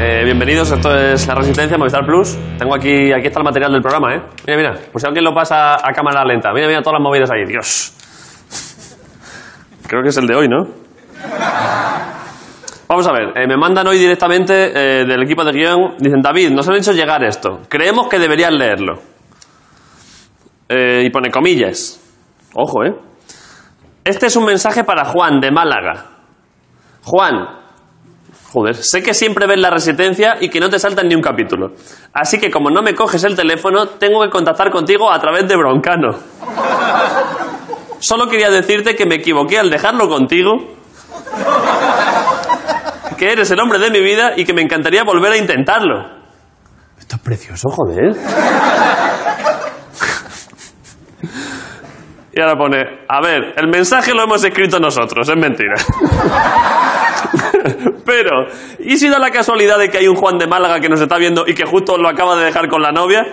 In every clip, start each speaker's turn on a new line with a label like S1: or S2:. S1: Eh, bienvenidos, esto es La Resistencia, Movistar Plus. Tengo aquí, aquí está el material del programa, ¿eh? Mira, mira, pues si alguien lo pasa a cámara lenta. Mira, mira, todas las movidas ahí, Dios. Creo que es el de hoy, ¿no? Vamos a ver, eh, me mandan hoy directamente eh, del equipo de guión. Dicen, David, nos han hecho llegar esto. Creemos que deberías leerlo. Eh, y pone comillas. Ojo, ¿eh? Este es un mensaje para Juan, de Málaga. Juan, Joder, sé que siempre ves la resistencia y que no te saltan ni un capítulo. Así que como no me coges el teléfono, tengo que contactar contigo a través de Broncano. Solo quería decirte que me equivoqué al dejarlo contigo, que eres el hombre de mi vida y que me encantaría volver a intentarlo. Esto es precioso, joder. Y ahora pone, a ver, el mensaje lo hemos escrito nosotros, es mentira. Pero, ¿y si da la casualidad de que hay un Juan de Málaga que nos está viendo y que justo lo acaba de dejar con la novia?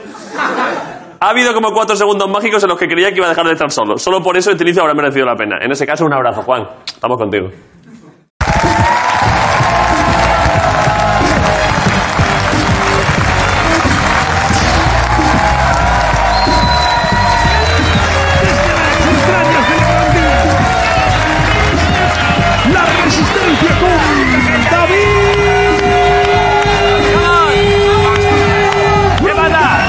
S1: Ha habido como cuatro segundos mágicos en los que creía que iba a dejar de estar solo. Solo por eso este inicio habrá merecido la pena. En ese caso, un abrazo, Juan. Estamos contigo.
S2: La resistencia con David.
S1: ¡Qué banda!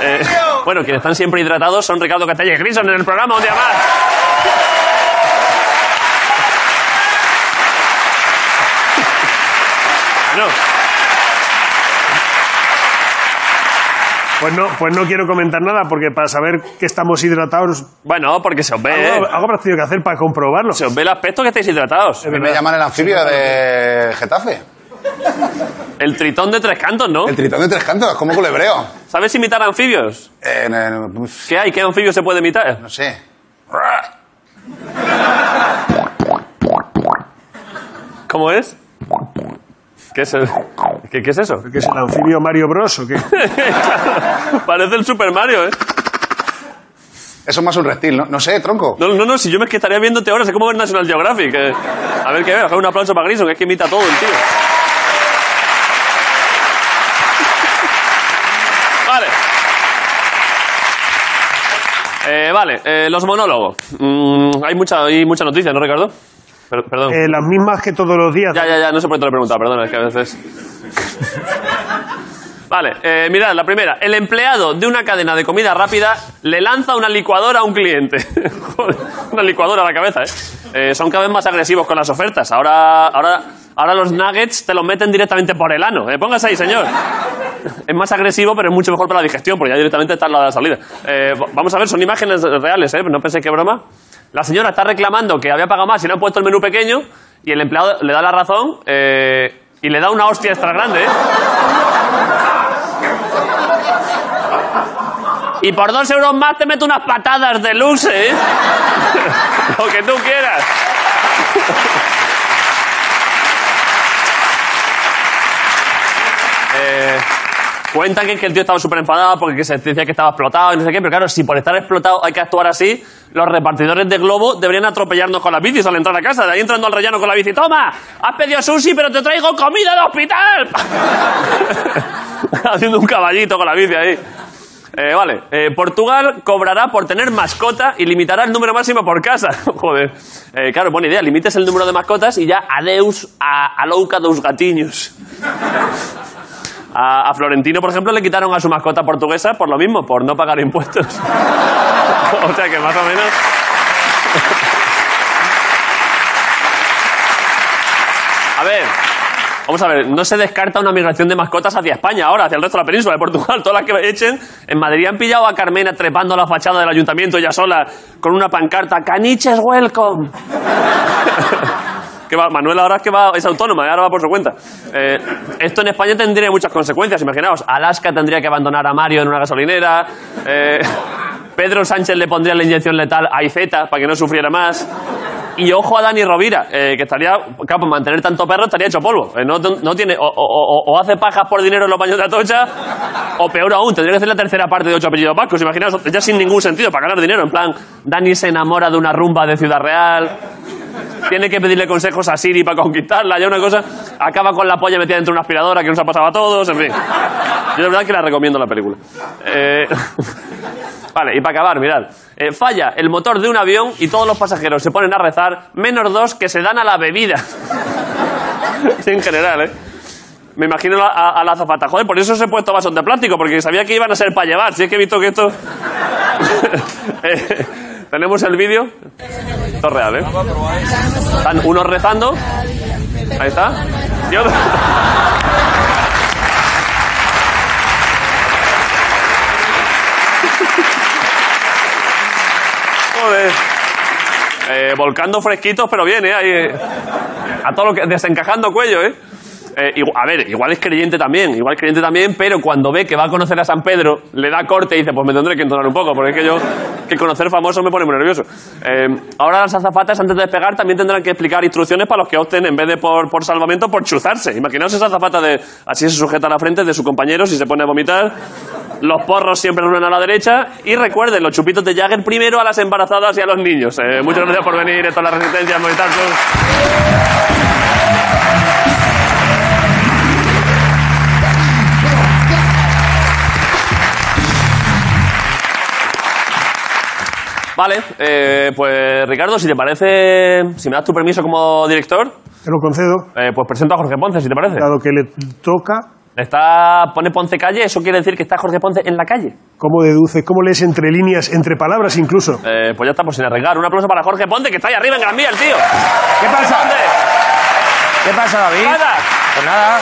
S1: Eh, bueno, quienes están siempre hidratados son Ricardo Catalla y Grison en el programa un día más. Bueno,
S2: Pues no, pues no quiero comentar nada porque para saber que estamos hidratados,
S1: bueno, porque se os ve,
S2: algo,
S1: eh.
S2: algo habrás tenido que hacer para comprobarlo.
S1: se os ve el aspecto que estáis hidratados.
S2: Es
S3: Me
S2: verdad.
S3: llaman el anfibio de Getafe.
S1: El tritón de tres cantos, ¿no?
S3: El tritón de tres cantos, como culebreo.
S1: ¿Sabes imitar anfibios?
S3: En el- uf,
S1: ¿Qué hay? ¿Qué anfibio se puede imitar?
S3: no sé.
S1: ¿Cómo es? ¿Qué es, el- ¿Qué, qué es eso?
S2: que es el anfibio Mario Bros o qué?
S1: Parece el Super Mario, ¿eh?
S3: Eso es más un reptil, ¿no? No sé, tronco.
S1: No, no, no, si yo me estaría viéndote ahora, sé cómo ver National Geographic. eh. A ver qué veo, un aplauso para Grison, que es que imita todo el tío. Vale. Eh, vale, eh, los monólogos. Mm, hay, mucha, hay mucha noticia, ¿no, Ricardo? Per- perdón.
S2: Eh, las mismas que todos los días.
S1: Ya, ya, ya, no sé por qué te lo he preguntado, perdona, es que a veces. Vale, eh, mirad, la primera. El empleado de una cadena de comida rápida le lanza una licuadora a un cliente. Joder, una licuadora a la cabeza, ¿eh? Eh, Son cada vez más agresivos con las ofertas. Ahora, ahora, ahora los nuggets te los meten directamente por el ano. Eh, póngase ahí, señor. Es más agresivo, pero es mucho mejor para la digestión, porque ya directamente está al lado de la salida. Eh, va- vamos a ver, son imágenes reales, ¿eh? No pensé que broma. La señora está reclamando que había pagado más y no han puesto el menú pequeño, y el empleado le da la razón eh, y le da una hostia extra grande, ¿eh? Y por dos euros más te meto unas patadas de luxe, ¿eh? Lo que tú quieras. Eh, cuentan que, que el tío estaba súper enfadado porque que se decía que estaba explotado y no sé qué, pero claro, si por estar explotado hay que actuar así, los repartidores de globo deberían atropellarnos con las bicis al entrar a casa, de ahí entrando al rellano con la bici. ¡Toma! Has pedido sushi, pero te traigo comida de hospital. Haciendo un caballito con la bici ahí. Eh, vale, Eh, Portugal cobrará por tener mascota y limitará el número máximo por casa. Joder, Eh, claro, buena idea, limites el número de mascotas y ya adeus a, a louca dos gatiños. A, a Florentino, por ejemplo, le quitaron a su mascota portuguesa por lo mismo, por no pagar impuestos. o sea que más o menos. A ver, vamos a ver, no se descarta una migración de mascotas hacia España ahora, hacia el resto de la península de Portugal, todas las que echen. En Madrid han pillado a Carmena trepando a la fachada del ayuntamiento ella sola con una pancarta: ¡Caniches, welcome! que va, Manuel ahora es que va, es autónoma, ¿eh? ahora va por su cuenta. Eh, esto en España tendría muchas consecuencias, imaginaos. Alaska tendría que abandonar a Mario en una gasolinera. eh, Pedro Sánchez le pondría la inyección letal a IZ para que no sufriera más. Y ojo a Dani Rovira, eh, que estaría, claro, por mantener tanto perro estaría hecho polvo. Eh, no, no tiene, o, o- o- o hace pajas por dinero en los baños de Atocha, o peor aún, tendría que hacer la tercera parte de ocho apellidos vascos, imaginaos, ya sin ningún sentido para ganar dinero. En plan, Dani se enamora de una rumba de Ciudad Real, tiene que pedirle consejos a Siri para conquistarla, ya una cosa, acaba con la polla metida dentro de una aspiradora que nos ha pasado a todos, en fin. Yo la verdad que la recomiendo la película. Eh, Vale, y para acabar, mirad. Eh, falla el motor de un avión y todos los pasajeros se ponen a rezar, menos dos que se dan a la bebida. en general, ¿eh? Me imagino a, a- a la zapata. Joder, por eso se he puesto vasos de plástico, porque sabía que iban a ser para llevar. Si es que he visto que esto... Eh, Tenemos el vídeo. Esto es real, ¿eh? Están unos rezando. Ahí está. Y otro... Joder. Eh, volcando fresquitos, pero bien, ¿eh? Ahí, eh, a todo lo que. desencajando cuello, ¿eh? Eh, igu- a ver, igual es creyente también, igual es creyente también, pero cuando ve que va a conocer a San Pedro, le da corte y dice, pues me tendré que entonar un poco, porque es que yo, que conocer famosos me pone muy nervioso. Eh, ahora las azafatas, antes de despegar, también tendrán que explicar instrucciones para los que opten, en vez de por, por salvamento, por chuzarse. Imaginaos esa azafata de, así se sujeta la frente de su compañero si se pone a vomitar, los porros siempre ruedan a la derecha, y recuerden, los chupitos de Jagger primero a las embarazadas y a los niños. Eh, muchas gracias por venir, esto es La Resistencia, Movitarcos. Vale, eh, pues Ricardo, si te parece, si me das tu permiso como director,
S2: Te lo concedo,
S1: eh, pues presento a Jorge Ponce, si te parece.
S2: dado que le toca.
S1: Está, pone Ponce calle, eso quiere decir que está Jorge Ponce en la calle.
S2: ¿Cómo deduces? ¿Cómo lees entre líneas, entre palabras incluso?
S1: Eh, pues ya estamos sin arreglar. Un aplauso para Jorge Ponce, que está ahí arriba en Gran Vía, el tío.
S4: ¿Qué pasa?
S1: Ponce,
S4: ¿Qué pasa, David?
S1: ¿qué pasa?
S4: Pues nada.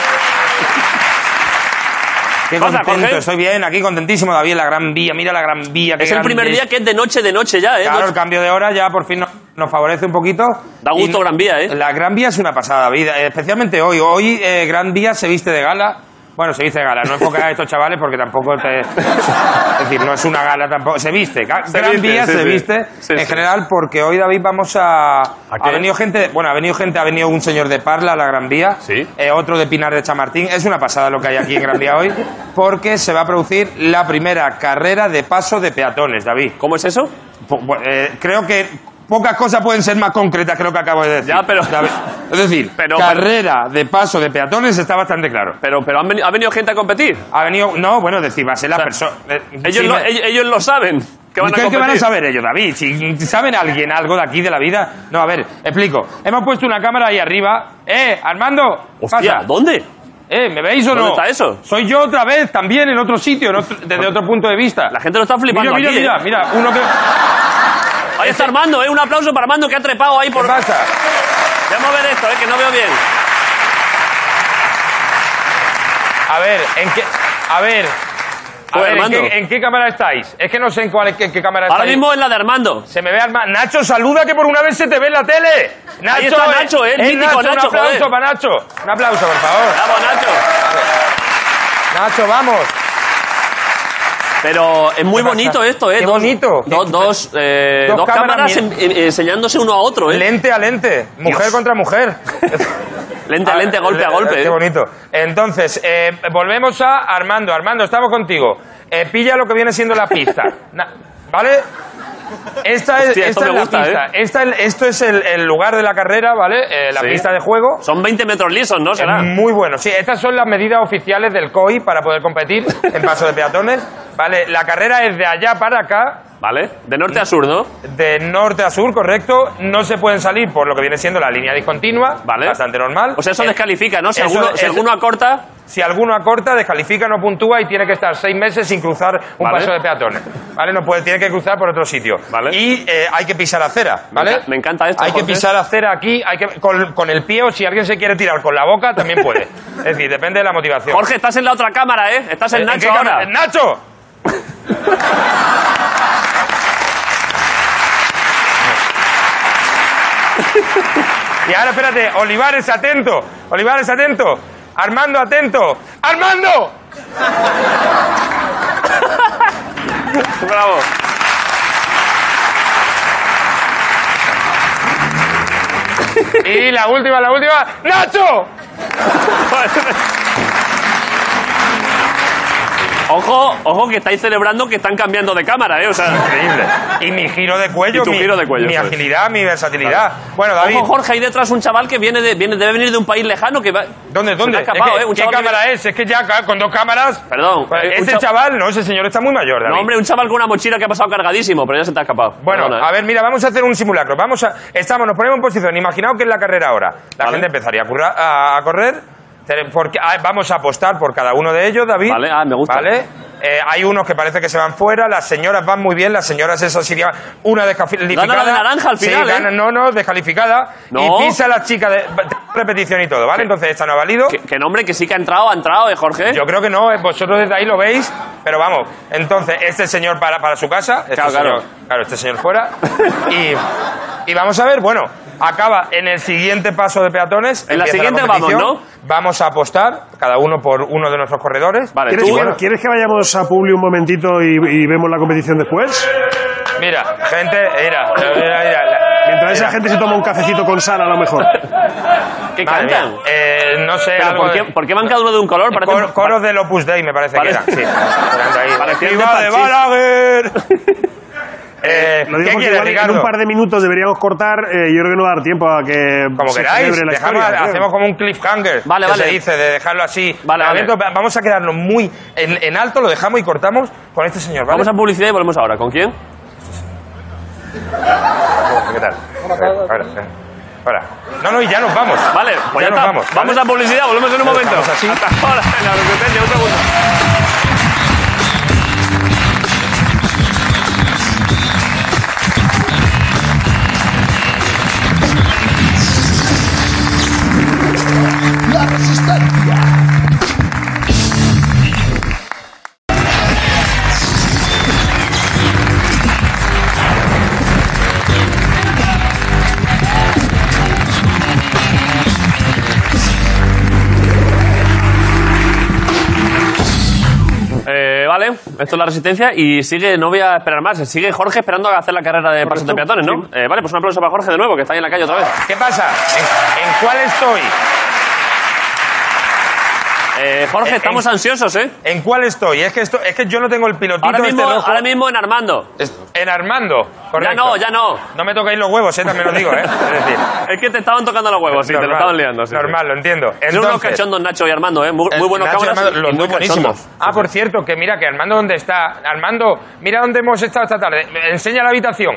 S4: Qué
S1: Pasa,
S4: contento,
S1: Jorge.
S4: estoy bien, aquí contentísimo, David, en la Gran Vía, mira la Gran Vía. qué
S1: Es el
S4: grande
S1: primer
S4: es.
S1: día que es de noche, de noche ya, ¿eh?
S4: Claro, el cambio de hora ya por fin no- nos favorece un poquito.
S1: Da gusto
S4: Y-
S1: Gran Vía, ¿eh?
S4: La Gran Vía es una pasada, David, eh, especialmente hoy. Hoy eh, Gran Vía se viste de gala. Bueno, se viste de gala, no enfocar a estos chavales porque tampoco te... Es decir, no es una gala tampoco. Se viste, Ga-
S1: Se
S4: Gran
S1: viste,
S4: Vía
S1: sí,
S4: se
S1: sí.
S4: viste
S1: Sí,
S4: en
S1: sí.
S4: general porque hoy, David, vamos a...
S1: qué?
S4: ha venido gente, bueno, ha venido gente, ha venido un señor de Parla a la Gran Vía,
S1: Sí.
S4: eh, otro de Pinar de Chamartín. Es una pasada lo que hay aquí en Gran Vía hoy porque se va a producir la primera carrera de paso de peatones, David.
S1: ¿Cómo es eso?
S4: Po- po- eh, creo que pocas cosas pueden ser más concretas que lo que acabo de decir.
S1: Ya, pero-
S4: ¿Sabes? Es decir,
S1: Pero-
S4: carrera de paso de peatones está bastante claro.
S1: Pero, pero han veni- ha venido gente a competir.
S4: Ha venido... No, bueno, decir, va a ser la eh,
S1: sea,
S4: persona...
S1: Ellos, lo, ellos, ellos lo saben. Que van a
S4: ¿Qué,
S1: competir.
S4: qué van a saber ellos, David? Si saben alguien algo de aquí, de la vida... No, a ver, explico. Hemos puesto una cámara ahí arriba. ¡Eh, Armando!
S1: Hostia,
S4: pasa.
S1: ¿dónde?
S4: ¿Eh, me veis o
S1: ¿Dónde
S4: no?
S1: está eso?
S4: Soy yo otra vez, también, en otro sitio, en otro- desde otro punto de vista.
S1: La gente lo está flipando
S4: Mira, mira,
S1: aquí, ¿eh?
S4: mira, mira, uno que...
S1: Ahí está Armando, ¿eh? Un aplauso para Armando que ha trepado ahí
S4: ¿Qué
S1: por...
S4: pasa?
S1: Vamos a ver esto, ¿eh? Que no veo bien.
S4: A ver, ¿en qué, a ver, a
S1: Joder,
S4: ver ¿en,
S1: Armando.
S4: qué, en qué cámara estáis? Es que no sé en cuál, en qué, en qué cámara
S1: Ahora
S4: estáis.
S1: mismo es la de Armando.
S4: Se me ve Arma. Nacho, saluda que por una vez se te ve en la tele. Nacho,
S1: está
S4: eh,
S1: Nacho, eh, el
S4: es
S1: mítico
S4: Nacho,
S1: Nacho,
S4: Un aplauso
S1: joder.
S4: para Nacho. Un aplauso, por favor.
S1: Vamos, Nacho.
S4: Nacho, vamos.
S1: Pero es muy
S4: ¿Qué pasa?
S1: bonito esto, ¿eh?
S4: Qué
S1: dos,
S4: bonito.
S1: do- dos, eh,
S4: Dos
S1: dos cámaras,
S4: cámaras,
S1: en- en- enseñándose uno a otro, ¿eh?
S4: Lente a lente, mujer
S1: Dios.
S4: contra mujer.
S1: Lente a lente, golpe a
S4: eh,
S1: golpe.
S4: Qué
S1: ¿eh?
S4: bonito. Entonces, eh, volvemos a Armando. Armando, estamos contigo. Eh, pilla lo que viene siendo la pista. Na- ¿Vale? Esta es,
S1: Hostia, esto
S4: esta es
S1: me
S4: la
S1: gusta,
S4: pista.
S1: ¿eh?
S4: Esta es- esto es el, el lugar de la carrera, ¿vale? Eh, la
S1: Sí.
S4: pista de juego.
S1: Son 20 metros lisos, ¿no? Será.
S4: Es muy bueno. Sí, estas son las medidas oficiales del COI para poder competir en paso de peatones. Vale, la carrera es de allá para acá.
S1: ¿Vale? De norte a sur, ¿no?
S4: De norte a sur, correcto. No se pueden salir por lo que viene siendo la línea discontinua.
S1: Vale.
S4: Bastante normal.
S1: O sea, eso
S4: Eh,
S1: descalifica, ¿no? Si,
S4: eso-
S1: alguno, si
S4: eso-
S1: alguno acorta,
S4: si alguno acorta, descalifica, no puntúa y tiene que estar seis meses sin cruzar un
S1: Vale.
S4: paso de peatones. ¿Vale? No puede, tiene que cruzar por otro sitio.
S1: Vale.
S4: Y eh, hay que pisar acera, ¿vale?
S1: enca- me encanta esto,
S4: Hay que
S1: Jorge.
S4: pisar acera aquí, hay que con, con el pie o si alguien se quiere tirar con la boca, también puede. es decir, depende de la motivación.
S1: Jorge, estás en la otra cámara, ¿eh? Estás en
S4: ¿En qué
S1: Nacho
S4: cámara?
S1: ahora.
S4: ¡Nacho! y ahora espérate, Olivares atento, Olivares atento, Armando atento, Armando.
S1: Bravo.
S4: Y la última, la última. ¡Nacho!
S1: Ojo, ojo que estáis celebrando que están cambiando de cámara, ¿eh? O sea,
S4: Increíble. Y mi giro de cuello.
S1: Y tu
S4: mi,
S1: giro de cuello,
S4: Mi
S1: eso es.
S4: agilidad, mi versatilidad. Bueno, David.
S1: ojo Jorge, ahí detrás un chaval que viene de, viene, debe venir de un país lejano que va...
S4: ¿Dónde,
S1: Se te
S4: dónde?
S1: ha escapado,
S4: Es que,
S1: ¿eh? Un
S4: ¿Qué
S1: chaval que
S4: cámara
S1: viene-
S4: es? Es que ya ca- con dos cámaras.
S1: Perdón.
S4: Pues
S1: eh, un
S4: ese
S1: cha-
S4: chaval, no, ese señor está muy mayor, David.
S1: No, hombre, un chaval con una mochila que ha pasado cargadísimo, pero ya se te ha escapado.
S4: Bueno,
S1: Perdona, ¿eh?
S4: a ver, mira, vamos a hacer un simulacro. Vamos a, estamos, nos ponemos en posición. Imaginaos que es la carrera ahora. La gente empezaría a, curra- a- a correr. Te- porque- ah, vamos a apostar por cada uno de ellos, David.
S1: Vale, ah, me gusta.
S4: Vale. Eh, hay unos que parece que se van fuera, las señoras van muy bien, las señoras esas sería una descalificada.
S1: Gana la de naranja al final,
S4: Sí,
S1: ¿eh?
S4: gana- no, no, descalificada.
S1: No.
S4: Y pisa a la chica de repetición y todo, ¿vale? Entonces esta no ha valido.
S1: Que, que nombre que sí que ha entrado, ha entrado, ¿eh, Jorge?
S4: Yo creo que no, eh, vosotros desde ahí lo veis, pero vamos. Entonces, este señor para, para su casa, este
S1: Claro, claro.
S4: señor, claro, este señor fuera. Y, y vamos a ver, bueno, acaba en el siguiente paso de peatones.
S1: En la
S4: empieza
S1: siguiente vamos,
S4: competición,
S1: ¿no?
S4: Vamos a apostar, cada uno por uno de nuestros corredores.
S1: Vale,
S2: ¿Quieres,
S1: tú-
S2: que- quieres que vayamos a Publi un momentito y, y vemos la competición después?
S4: Mira, gente, mira, mira, mira, la-
S2: Mientras esa
S4: mira.
S2: gente se toma un cafecito con sal, a lo mejor.
S1: ¿Qué
S4: Madre mía,
S1: cantan?
S4: eh, no sé,
S1: ¿Pero
S4: algo
S1: por qué,
S4: de-
S1: por qué van cada uno de un color? Parece
S4: Cor- coros del Opus Dei, me parece
S1: Pare-
S4: que era. Sí.
S1: Parecía
S4: Viva
S1: de
S4: de
S1: Parchís.
S4: Balaguer. Eh,
S2: Lo digo
S4: ¿Qué
S2: porque
S4: quieres,
S2: igual en
S4: Ricardo?
S2: un par de minutos deberíamos cortar. eh, yo creo que no va a dar tiempo a que
S4: Como
S2: se
S4: queráis,
S2: celebre la
S4: dejamos-
S2: historia. creo.
S4: hacemos como un cliffhanger.
S1: Vale,
S4: que
S1: vale.
S4: Se dice de dejarlo así.
S1: Vale, vale.
S4: De momento, va- Vamos a quedarnos muy en, en alto, lo dejamos y cortamos con este señor. ¿vale?
S1: Vamos a publicidad y volvemos ahora. ¿Con quién?
S4: ¿Qué tal? Ahora, ahora, eh. ahora. No, no, y ya nos vamos.
S1: Vale, pues ya
S4: ya nos
S1: está.
S4: vamos. ¿vale?
S1: Vamos a publicidad, volvemos en un
S4: Lo
S1: momento.
S4: dejamos así.
S1: Hasta ahora, en la Resistencia, un segundo. Eh, vale, esto es la resistencia y sigue, no voy a esperar más, sigue Jorge esperando a hacer la carrera de pasos de peatones, ¿no? Eh, vale, pues un aplauso para Jorge de nuevo, que está ahí en la calle otra vez.
S4: ¿Qué pasa? ¿En, en cuál estoy?
S1: Eh, Jorge,
S4: Eh,
S1: estamos
S4: eh.
S1: ansiosos, ¿eh?
S4: ¿En cuál estoy? Es que, esto, es que yo no tengo el pilotito
S1: Ahora mismo,
S4: este rojo.
S1: ahora mismo en Armando.
S4: Es- En Armando,
S1: Ya
S4: correcto.
S1: no, ya no.
S4: No me toquéis los huevos, eh, también lo digo, ¿eh? Es decir,
S1: Es que te estaban tocando los huevos, sí, te lo
S4: normal,
S1: estaban liando. Sí, sí.
S4: normal, lo entiendo.
S1: Son unos
S4: Entonces,
S1: cachondos Nacho y Armando, ¿eh? Muy,
S4: Eh,
S1: muy buenos
S4: Nacho
S1: cámaras
S4: Armando,
S1: y
S4: los
S1: muy
S4: dos buenísimos.
S1: cachondos.
S4: Ah, por cierto, que mira que Armando dónde está. Armando, mira dónde hemos estado esta tarde. Me Enseña la habitación.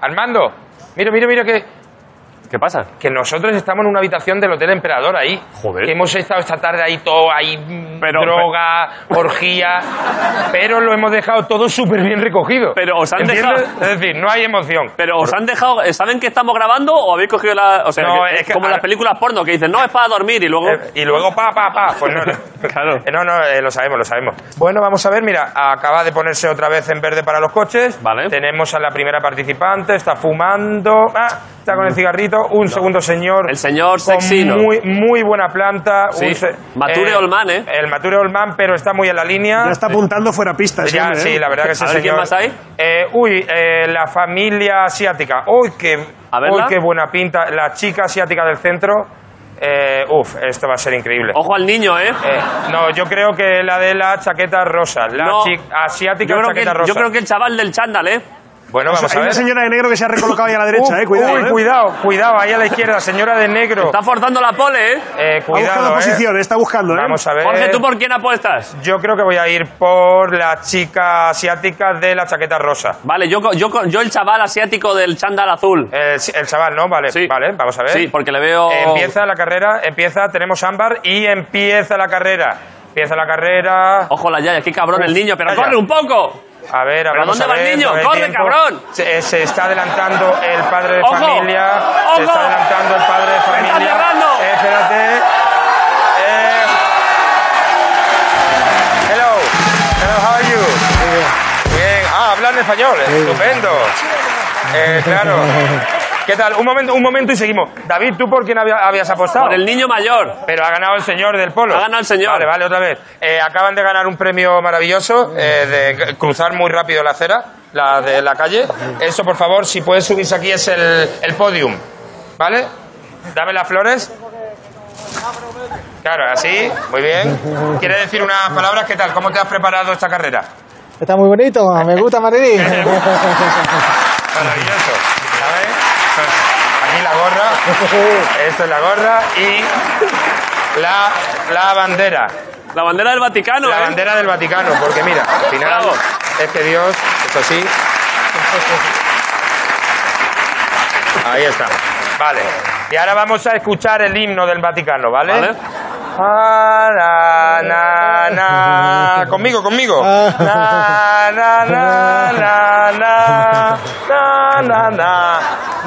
S4: Armando, mira, mira, mira que,
S1: ¿Qué pasa?
S4: que nosotros estamos en una habitación del Hotel Emperador ahí.
S1: Joder.
S4: Que hemos estado esta tarde ahí todo ahí, mm,
S1: Pero-
S4: droga, orgía, pero lo hemos dejado todo súper bien recogido.
S1: Pero os han dejado-
S4: Es decir, no hay emoción.
S1: Pero os han dejado, eh, ¿saben que estamos grabando o habéis cogido la... O sea,
S4: No,
S1: que-
S4: es que-
S1: como en las películas porno que dicen, no, es para dormir y luego...
S4: Eh, y luego pa, pa, pa. Pues no, no.
S1: Claro.
S4: Eh, no, no, eh, lo sabemos, lo sabemos. Bueno, vamos a ver, mira, acaba de ponerse otra vez en verde para los coches.
S1: Vale.
S4: Tenemos a la primera participante, está fumando. Ah, está con el cigarrito. Un segundo señor.
S1: Mm. El señor
S4: con
S1: sexy, ¿no?
S4: Muy, muy buena planta.
S1: Sí.
S4: un se-
S1: Mature Olman, ¿eh?
S4: El Mature Olman, pero está muy en la línea.
S2: Ya está apuntando fuera pista. ese
S4: Ya,
S2: hombre,
S4: sí,
S2: ¿eh?
S4: la verdad que sí,
S1: A ver, ¿quién
S4: señor.
S1: más hay?
S4: Eh, uy, eh, la familia asiática. Uy, qué,
S1: A verla.
S4: uy, qué buena pinta. La chica asiática del centro. Eh, uf, esto va a ser increíble.
S1: Ojo al niño, ¿eh?
S4: Eh, no, yo creo que la de la chaqueta rosa. La
S1: No.
S4: chi- asiática
S1: Yo creo, que,
S4: chaqueta rosa.
S1: yo creo que el chaval del chándal, ¿eh?
S4: Bueno, vamos
S2: Hay
S4: a
S2: una
S4: ver.
S2: señora de negro que se ha recolocado ahí a la derecha,
S4: Uf,
S2: eh, cuidado.
S4: uy,
S2: eh.
S4: cuidado, cuidado, ahí a la izquierda, señora de negro.
S1: Está forzando la pole, ¿eh?
S4: Eh,
S2: Ha buscado
S4: cuidado, eh.
S2: posición, está buscando, ¿eh?
S4: Vamos a ver.
S1: Jorge, ¿tú por quién apuestas?
S4: Yo creo que voy a ir por la chica asiática de la chaqueta rosa.
S1: Vale, yo, co- yo, co- yo el chaval asiático del chándal azul.
S4: El, el chaval, ¿no? Vale,
S1: Sí.
S4: Eh, vale, vamos a ver.
S1: Sí, porque le veo...
S4: Eh, Empieza la carrera, empieza, tenemos ámbar y empieza la carrera. Empieza la carrera.
S1: Ojo la yaya, qué cabrón el niño, pero
S4: Yaya.
S1: corre un poco.
S4: A ver, a ver,
S1: ¿Pero
S4: vamos
S1: dónde
S4: a
S1: va el
S4: ver,
S1: niño?
S4: no hay
S1: ¡Corre, cabrón!
S4: Se, eh, se está adelantando el padre de
S1: ¡Ojo!
S4: familia.
S1: ¡Ojo!
S4: Se está adelantando el padre de
S1: ¡Me
S4: familia.
S1: están llegando!
S4: Eh, espérate. Eh, Hello. Hello, how are you? Bien. Ah, hablan español. Estupendo. Eh, claro. ¿Qué tal? Un momento, un momento y seguimos. David, ¿tú por quién había- habías apostado?
S1: Por el niño mayor.
S4: Pero ha ganado el señor del polo.
S1: Ha ganado el señor.
S4: Vale, vale, otra vez. Eh, acaban de ganar un premio maravilloso eh, de c- cruzar muy rápido la acera, la de la calle. Eso, por favor, si puedes subirse aquí es el, el podium. ¿Vale? Dame las flores. Claro, así, muy bien. ¿Quieres decir unas palabras? ¿Qué tal? ¿Cómo te has preparado esta carrera?
S5: Está muy bonito, me gusta Madrid.
S4: Maravilloso. ¿Sabes? pues, Aquí la gorra. Esto es la gorra y la, la bandera.
S1: La bandera del Vaticano,
S4: La
S1: ¿eh?
S4: bandera del Vaticano, porque mira, al final
S1: Bravo.
S4: es que Dios, eso sí. Ahí está. Vale. Y ahora vamos a escuchar el himno del Vaticano, ¿vale?
S1: ¿Vale?
S4: Ah, na, na, na. Conmigo, conmigo. Na, na, na, na, na. Na, na, na.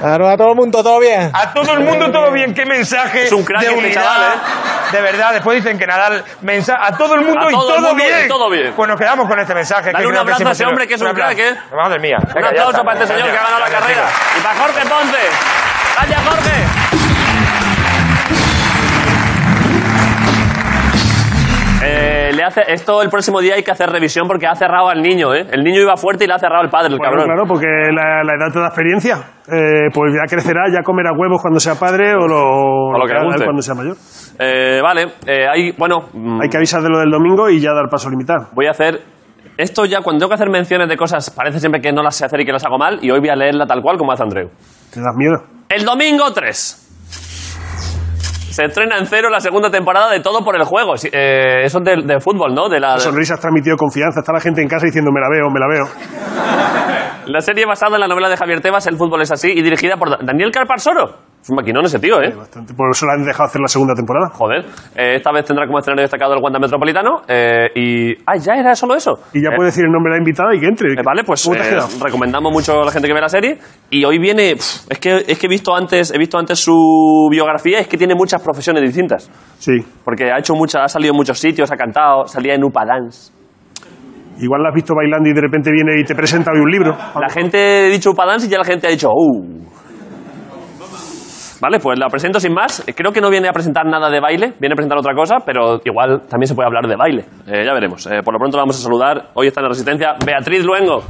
S5: Claro, a todo el mundo, todo bien.
S4: A todo el mundo todo bien, qué mensaje
S1: Es un crack
S4: de
S1: este
S4: unidad.
S1: chaval, ¿eh?
S4: De verdad, después dicen que Nadal mensaje a todo el mundo,
S1: A
S4: y,
S1: todo
S4: todo
S1: el mundo y
S4: bien.
S1: todo bien.
S4: Pues nos quedamos con este mensaje.
S1: Dale un
S4: creo
S1: abrazo
S4: siempre
S1: a ese
S4: tiene-
S1: hombre que es un
S4: abrazo.
S1: crack, ¿eh?
S4: Madre mía.
S1: Un
S4: Venga, ya
S1: aplauso
S4: está.
S1: para este señor que ha ganado la
S4: Gracias,
S1: carrera.
S4: chicos.
S1: Y para Jorge Ponce. ¡Gracias, Jorge! Eh, le hace, esto el próximo día hay que hacer revisión porque ha cerrado al niño, ¿eh? El niño iba fuerte y le ha cerrado el padre, el
S2: Bueno,
S1: cabrón.
S2: claro, porque la, la edad te da experiencia. Eh, pues ya crecerá, ya comerá huevos cuando sea padre o lo,
S1: O lo que le
S2: hará
S1: guste.
S2: cuando sea mayor.
S1: Eh, vale, eh, hay, bueno, mm,
S2: Hay que avisar de lo del domingo y ya dar paso limitado.
S1: voy a hacer... Esto ya, cuando tengo que hacer menciones de cosas, parece siempre que no las sé hacer y que las hago mal, y hoy voy a leerla tal cual como hace Andreu.
S2: Te das miedo.
S1: El domingo 3. Se estrena en cero la segunda temporada de Todo por el Juego. Sí, eh, eso es del del fútbol, ¿no? De la,
S2: La sonrisa has transmitido confianza. Está la gente en casa diciendo, me la veo, me la veo.
S1: la serie basada en la novela de Javier Tebas, El fútbol es así, y dirigida por Da- Daniel Carparsoro. Es un maquinón ese tío, ¿eh?
S2: Bastante. Por eso la han dejado hacer la segunda temporada.
S1: Joder. Eh, esta vez tendrá como escenario destacado el Wanda Metropolitano. eh, y. ¡Ah, ya era solo eso!
S2: Y ya
S1: Eh,
S2: puedes decir el nombre de la invitada y que entre.
S1: Eh, vale, pues
S2: ¿Cómo
S1: eh,
S2: te has quedado?
S1: recomendamos mucho a la gente que vea la serie. Y hoy viene. pf, es que es que he visto antes, he visto antes su biografía, es que tiene muchas profesiones distintas.
S2: Sí.
S1: Porque ha hecho mucha, ha salido en muchos sitios, ha cantado, salía en Upa Dance.
S2: Igual la has visto bailando y de repente viene y te presenta hoy un libro.
S1: La gente ha dicho Upa Dance y ya la gente ha dicho ¡Uh! Vale, pues la presento sin más. Creo que no viene a presentar nada de baile, viene a presentar otra cosa, pero igual también se puede hablar de baile. Eh, ya veremos. Eh, por lo pronto la vamos a saludar. Hoy está en la Resistencia Beatriz Luengo.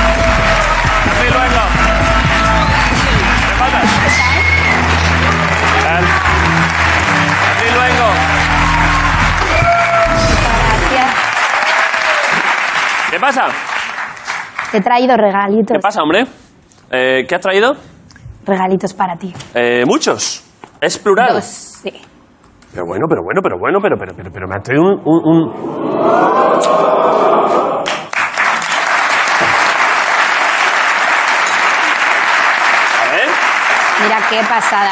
S1: Beatriz Luengo. ¿Te faltas? Beatriz Luengo.
S6: Gracias.
S1: ¿Qué pasa?
S6: Te he traído regalitos.
S1: ¿Qué pasa, hombre? Eh, ¿Qué has traído?
S6: Regalitos para ti.
S1: Eh, muchos. Es plural.
S6: Dos, sí.
S1: Pero bueno, pero bueno, pero bueno, pero, pero, pero, pero me ha traído un, un- un- A ver.
S6: Mira qué pasada.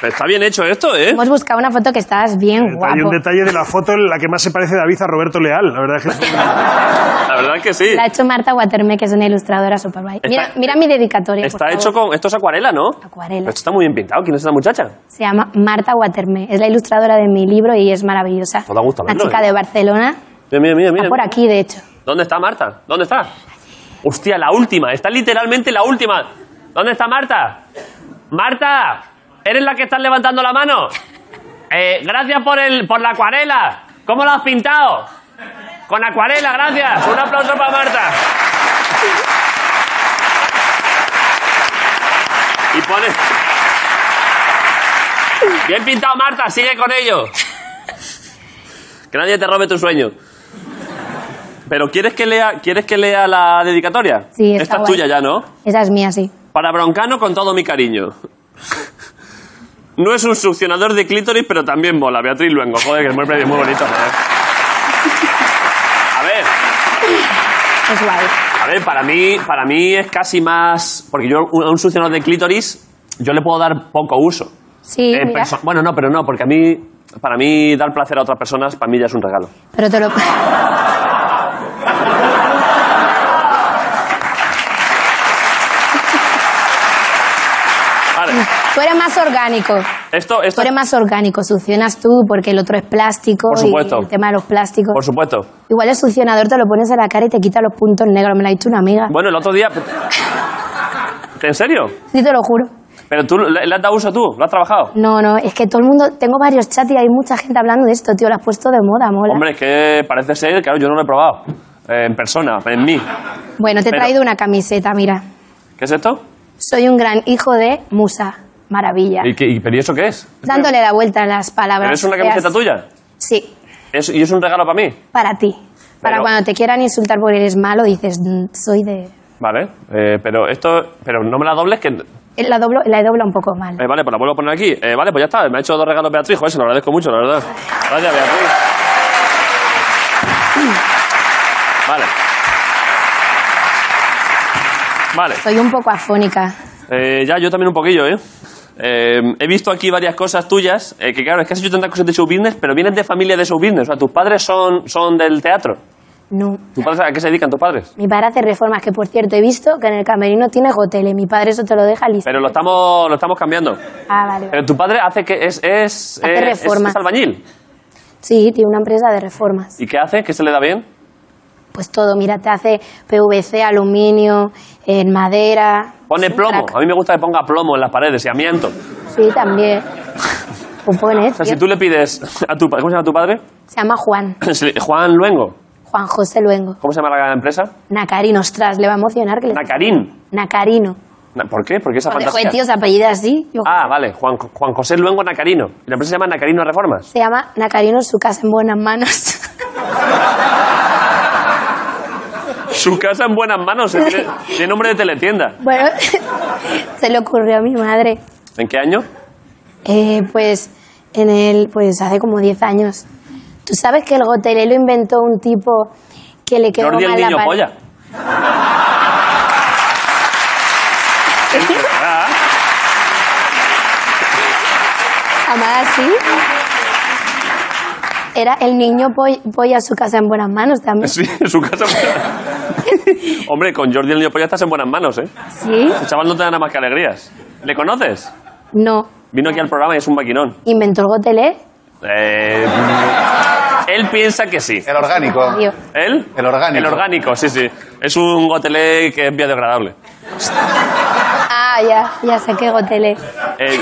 S1: pero Está bien hecho esto, ¿eh?
S6: Hemos buscado una foto que estabas bien
S2: Hay
S6: guapo.
S2: un detalle de la foto en la que más se parece David a Roberto Leal. La verdad es que
S1: La verdad es que sí.
S6: La ha hecho Marta Waterme, que es una ilustradora superbike.
S1: Está-
S6: Mira, mira mi dedicatoria. por
S1: Está
S6: favor.
S1: hecho con... Esto es acuarela, ¿no?
S6: Acuarela.
S1: Pero Esto está muy bien pintado. ¿Quién es esta muchacha?
S6: Se llama Marta Waterme. Es la ilustradora de mi libro y es maravillosa.
S1: Pues da gusto
S6: Una
S1: verlo,
S6: chica
S1: ¿eh?
S6: de Barcelona.
S1: Mira, mira, mira.
S6: Está
S1: mira.
S6: por aquí, de hecho.
S1: ¿Dónde está Marta? ¿Dónde está? Hostia, la última. Está literalmente la última. ¿Dónde está Marta? Marta, eres la que estás levantando la mano. Eh, gracias por, el, por la acuarela. ¿Cómo la has pintado? Con acuarela, gracias. Un aplauso para Marta. Y pone... Bien pintado, Marta. Sigue con ello. Que nadie te robe tu sueño. Pero ¿quieres que lea, ¿quieres que lea la dedicatoria?
S6: Sí, está
S1: Esta es
S6: guay.
S1: tuya ya, ¿no?
S6: Esa es mía, sí.
S1: Para Broncano con todo mi cariño. No es un succionador de clítoris, pero también mola. Beatriz Luengo, joder, que es muy, muy bonito. joder. A ver,
S6: Es guay.
S1: a ver, para mí, para mí es casi más... Porque yo a un succionador de clítoris yo le puedo dar poco uso.
S6: Sí,
S1: Eh,
S6: mira.
S1: perso- bueno, no, pero no, porque a mí, para mí dar placer a otras personas, para mí ya es un regalo.
S6: Pero te lo...
S1: Vale.
S6: Tú eres más orgánico.
S1: Esto,
S6: Tú
S1: esto,
S6: eres más orgánico. Succionas tú porque el otro es plástico.
S1: Por supuesto.
S6: Y el tema de los plásticos.
S1: por supuesto.
S6: Igual el succionador te lo pones en la cara y te quita los puntos negros. Me lo ha dicho una amiga.
S1: Bueno, el otro día... ¿En serio?
S6: Sí, te lo juro.
S1: Pero tú le, le has dado uso tú, lo has trabajado.
S6: No, no, es que todo el mundo. Tengo varios chats y hay mucha gente hablando de esto, tío. Lo has puesto de moda, mola.
S1: Hombre, es que parece ser, claro, yo no lo he probado. eh, en persona, en mí.
S6: bueno, te he
S1: pero-
S6: traído una camiseta, mira.
S1: ¿Qué es esto?
S6: Soy un gran hijo de Musa. Maravilla.
S1: ¿Y qué- y- ¿Pero y eso qué es?
S6: Dándole la vuelta a las palabras.
S1: ¿Pero es una
S6: feas.
S1: camiseta tuya?
S6: Sí,
S1: Es- ¿Y es un regalo para mí?
S6: para ti. Para
S1: Pero-
S6: cuando te quieran insultar porque eres malo, dices, "Mm, soy de.
S1: Vale, eh, pero esto... Pero no me la dobles que...
S6: Eh, La, doblo, la he doblado un poco mal.
S1: Eh, vale, pues la vuelvo a poner aquí. Eh, vale, pues ya está. Me ha hecho dos regalos Beatriz. Joder, se lo agradezco mucho, la verdad. Gracias, Beatriz. Vale. Vale.
S6: Soy un poco afónica.
S1: Eh, ya, yo también un poquillo, ¿eh? Eh, he visto aquí varias cosas tuyas, eh, que claro, es que has hecho tantas cosas de show business, pero vienes de familia de show business, o sea, tus padres son, son del teatro.
S6: No.
S1: ¿Tus padres, ¿A qué se dedican tus padres?
S6: Mi padre hace reformas, que por cierto he visto que en el camerino tiene gotele. Mi padre eso te lo deja listo.
S1: Pero lo estamos, lo estamos cambiando.
S6: Ah, vale. vale.
S1: Pero tu padre hace que es, es,
S6: Hace
S1: eh, es-
S6: reformas.
S1: es albañil.
S6: Sí, tiene una empresa de reformas.
S1: ¿Y qué hace? ¿Qué se le da bien?
S6: Pues todo, mira, te hace PVC, aluminio, en madera.
S1: Pone
S6: Es un
S1: plomo.
S6: crack.
S1: A mí me gusta que ponga plomo en las paredes y amianto. O
S6: Sí, también. Pues pone,
S1: sea,
S6: tío.
S1: si tú le pides a tu padre... ¿Cómo se llama tu padre?
S6: Se llama Juan,
S1: Si le- Juan Luengo.
S6: Juan José Luengo.
S1: ¿Cómo se llama la empresa?
S6: Nacarino, ostras, le va a emocionar que le...
S1: Nacarín.
S6: Nacarino.
S1: Na- ¿Por qué? ¿Por qué esa
S6: Joder,
S1: fantasía?
S6: joder, tío, se apellida así. Yo-
S1: Ah, vale, Juan, Juan José Luengo Nacarino. Y la empresa se llama Nacarino Reformas.
S6: Se llama Nacarino, su casa en buenas manos.
S1: Su casa en buenas manos. eh, Tiene, tiene nombre de teletienda.
S6: bueno, se le ocurrió a mi madre.
S1: ¿En qué año?
S6: Eh, pues en el, pues hace como 10 años. Tú sabes que el gotelé lo inventó un tipo que le quedó
S1: Jordi el
S6: mal la
S1: Niño
S6: pared.
S1: Polla. Ah,
S6: Llamada así. Era el niño poll- polla su casa en buenas manos también.
S1: Sí, su casa en buenas Hombre, con Jordi el Niño Polla estás en buenas manos, ¿eh?
S6: Sí.
S1: El chaval no te da nada más que alegrías. ¿Le conoces?
S6: No.
S1: Vino aquí al programa y es un maquinón.
S6: Inventó el gotelé.
S1: Eh, él piensa que sí.
S3: El orgánico.
S6: Tío.
S1: ¿Él?
S3: El orgánico.
S1: El orgánico, sí, sí. Es un gotelé que es biodegradable.
S6: Ah, ya, ya sé que gotelé.
S1: Eh,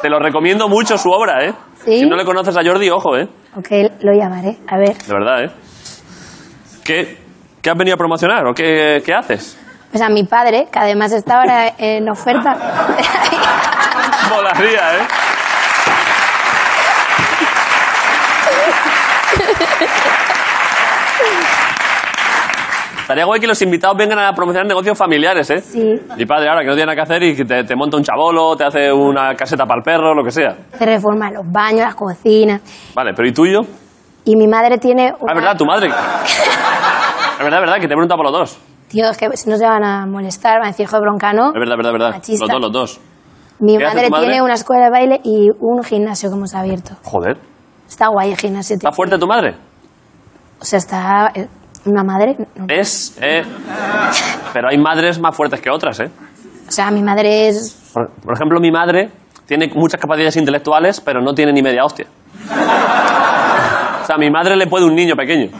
S1: te lo recomiendo mucho su obra, ¿eh?
S6: ¿Sí?
S1: Si no le conoces a Jordi, ojo, ¿eh?
S6: Ok, lo llamaré. A ver.
S1: De verdad, ¿eh? ¿Qué, qué has venido a promocionar o qué, qué haces?
S6: Pues a mi padre, que además está ahora en oferta.
S1: Volaría, ¿eh? Estaría guay que los invitados vengan a promocionar negocios familiares, ¿eh?
S6: Sí.
S1: Y padre, ahora que no tiene nada que hacer y que te, te monta un chabolo, te hace una caseta para el perro, lo que sea.
S6: Se reforman los baños, las cocinas.
S1: Vale, pero ¿y tuyo?
S6: Y mi madre tiene.
S1: Ah,
S6: Una...
S1: es verdad, tu madre. Es verdad, es verdad, que te he preguntado por los dos.
S6: Tío, es que si no se van a molestar, van a decir, joder, bronca, ¿no?
S1: Es verdad, es verdad, es verdad.
S6: Machista.
S1: Los dos, los dos.
S6: Mi
S1: ¿Qué hace
S6: madre,
S1: tu madre?
S6: tiene una escuela de baile y un gimnasio que hemos abierto.
S1: Joder.
S6: Está guay el gimnasio. tío.
S1: ¿Está fuerte tu madre?
S6: O sea, está. eh, Una madre. no.
S1: Es. eh, Pero hay madres más fuertes que otras, ¿eh?
S6: O sea, mi madre es.
S1: Por, por ejemplo, mi madre tiene muchas capacidades intelectuales, pero no tiene ni media hostia. O sea, a mi madre le puede un niño pequeño.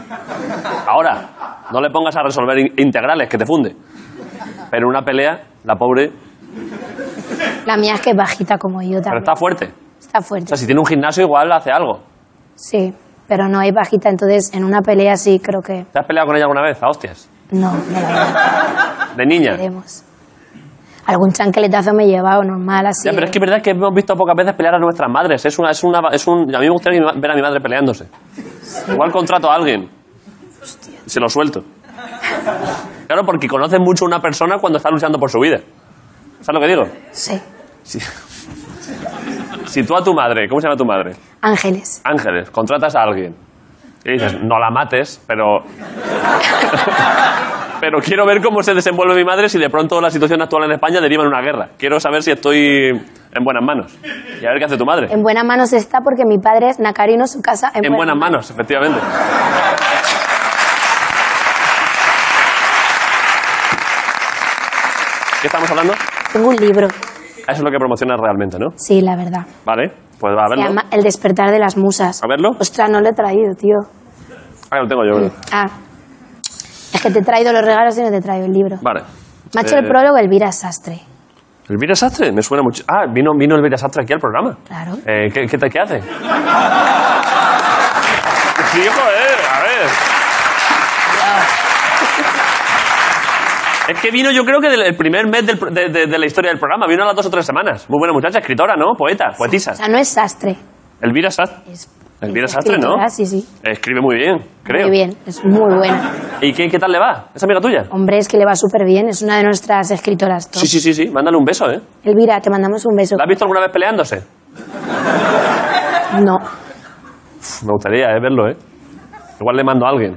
S1: Ahora, no le pongas a resolver in- integrales, que te funde. Pero una pelea, la pobre,
S6: La mía es que es bajita como yo
S1: pero
S6: también.
S1: está fuerte.
S6: Está
S1: O
S6: fuerte.
S1: sea, si tiene un gimnasio, igual hace algo.
S6: Sí, pero no es bajita, entonces en una pelea sí creo que.
S1: ¿Te has peleado con ella alguna vez? A hostias.
S6: No, no la
S1: De niña.
S6: veremos. Algún chanqueletazo me he llevado, normal, así.
S1: Ya, pero es que es verdad que hemos visto pocas veces pelear a nuestras madres. Es una, es una, es un, a mí me gustaría mi ma- ver a mi madre peleándose. Igual contrato a alguien. Se lo suelto. Claro, porque conoces mucho a una persona cuando está luchando por su vida. ¿Sabes lo que digo?
S6: Sí.
S1: Si, si tú a tu madre, ¿cómo se llama tu madre?
S6: Ángeles.
S1: Ángeles, contratas a alguien. Y dices, no la mates, pero... pero quiero ver cómo se desenvuelve mi madre si de pronto la situación actual en España deriva en una guerra. Quiero saber si estoy en buenas manos. Y a ver qué hace tu madre.
S6: En buenas manos está porque mi padre es Nacarino, su casa en,
S1: En buenas manos, efectivamente. ¿Qué estamos hablando?
S6: Tengo un libro.
S1: Eso es lo que promocionas realmente, ¿no?
S6: Sí, la verdad.
S1: Vale, pues va a
S6: Se
S1: verlo.
S6: llama El despertar de las musas.
S1: A verlo.
S6: Ostras, no lo he traído, tío.
S1: Ah, lo tengo yo, creo.
S6: Ah. Es que te he traído los regalos y no te he traído el libro.
S1: Vale.
S6: Me ha hecho el
S1: Eh,
S6: prólogo Elvira Sastre.
S1: ¿Elvira Sastre? Me suena mucho. Ah, vino, vino Elvira Sastre aquí al programa.
S6: Claro.
S1: Eh, ¿qué, qué, te- qué hace? Sí, joder, a ver. Es que vino, yo creo que del el primer mes del pro- de, de- de la historia del programa. Vino a las dos o tres semanas. Muy buena muchacha, escritora, ¿no? Poeta, poetisa.
S6: O sea, no es Sastre.
S1: Elvira Sastre.
S6: Es,
S1: Elvira
S6: es
S1: Sastre, ¿no?
S6: escritora, Sí, sí.
S1: Escribe muy bien, creo.
S6: Muy bien, es muy buena.
S1: ¿Y qué, qué tal le va? ¿Es amiga tuya?
S6: Hombre, es que le va súper bien, es una de nuestras escritoras. top.
S1: Sí, sí, sí, sí. Mándale un beso, ¿eh?
S6: Elvira, te mandamos un beso.
S1: ¿La has visto alguna vez peleándose?
S6: No,
S1: Pff, Me gustaría eh, verlo, ¿eh? Igual le mando a alguien.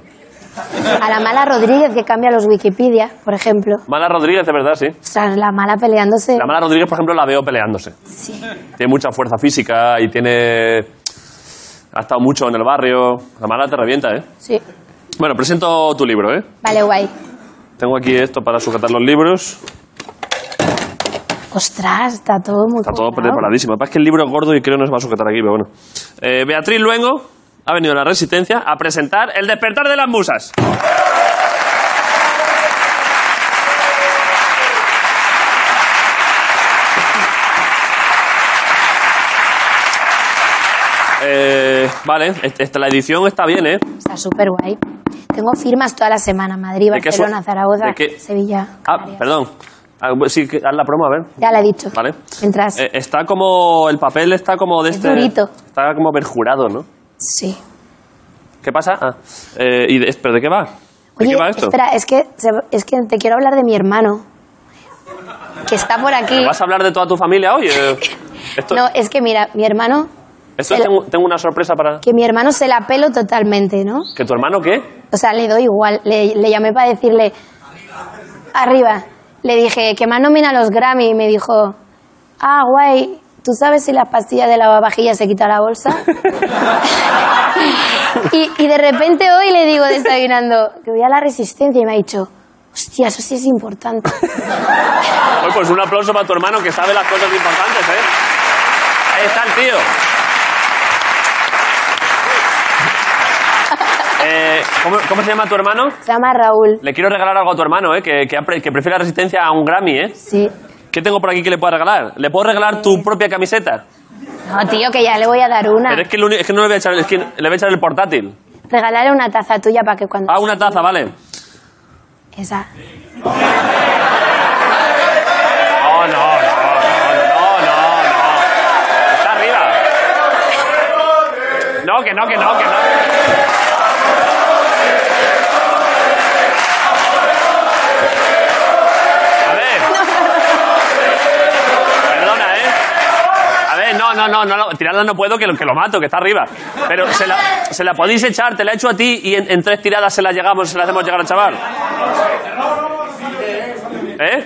S6: a la mala Rodríguez que cambia los Wikipedia, por ejemplo.
S1: Mala Rodríguez, de verdad, sí.
S6: Ostras, la mala peleándose.
S1: La Mala Rodríguez, por ejemplo, la veo peleándose.
S6: Sí.
S1: Tiene mucha fuerza física y tiene... Ha estado mucho en el barrio. La Mala te revienta, ¿eh?
S6: Sí.
S1: Bueno, presento tu libro, ¿eh?
S6: Vale, guay.
S1: Tengo aquí esto para sujetar los libros.
S6: Ostras, está todo muy
S1: Está todo
S6: currado.
S1: preparadísimo. Lo que pasa es que el libro es gordo y creo que no se va a sujetar aquí, pero bueno. Eh, Beatriz Luengo ha venido a la Resistencia a presentar El despertar de las musas. Eh, vale, este- esta, la edición está bien, ¿eh?
S6: Está súper guay. Tengo firmas toda la semana. Madrid,
S1: ¿De qué su-
S6: Barcelona, Zaragoza,
S1: de qué-
S6: Sevilla.
S1: Ah,
S6: Canarias.
S1: perdón. Ah, sí, que- haz la promo, a ver.
S6: Ya la he dicho.
S1: Vale.
S6: Mientras...
S1: Eh, está como. El papel está como de
S6: Es
S1: este.
S6: durito.
S1: Está como perjurado, ¿no?
S6: Sí.
S1: ¿Qué pasa? Ah, eh, ¿y de, ¿Pero de qué va? ¿De
S6: Oye,
S1: qué va esto?
S6: espera, es que, se- es que te quiero hablar de mi hermano. Que está por aquí.
S1: ¿Vas a hablar de toda tu familia hoy? Eh, Esto,
S6: eh. No, es que mira, mi hermano...
S1: esto
S6: se la-
S1: tengo, tengo una sorpresa para...
S6: Que mi hermano se la pelo totalmente, ¿no?
S1: ¿Que tu hermano qué?
S6: O sea, le doy igual. Le, le llamé para decirle... Arriba. Le dije, que más nomina los Grammy. Y me dijo... Ah, guay. ¿Tú sabes si las pastillas de lavavajillas se quita la bolsa? y, y de repente hoy le digo desayunando que voy a la resistencia y me ha dicho, hostia, eso sí es importante.
S1: Oye, pues un aplauso para tu hermano que sabe las cosas importantes, ¿eh? Ahí está el tío. Eh, ¿cómo, cómo se llama tu hermano?
S6: Se llama Raúl.
S1: Le quiero regalar algo a tu hermano, ¿eh? Que, que, ha pre- que prefiere la resistencia a un Grammy, ¿eh?
S6: Sí.
S1: ¿Qué tengo por aquí que le pueda regalar? ¿Le puedo regalar
S6: Eh.
S1: tu propia camiseta?
S6: No, tío, que ya le voy a dar una.
S1: Pero es que, lo uni- es que no le voy a echar, es que le voy a echar el portátil.
S6: Regalarle una taza tuya para que cuando...
S1: Ah, una taza, vale.
S6: Esa.
S1: No, no, no, no, no, no, no. Está arriba. No, que no, que no, que no. A ver. Perdona, ¿eh? A ver, no, no, no, no, no. tirarla no puedo, que lo, que lo mato, que está arriba. Pero se la, se la podéis echar, te la echo a ti y en, en tres tiradas se la llegamos, se la hacemos llegar al chaval. ¿Eh?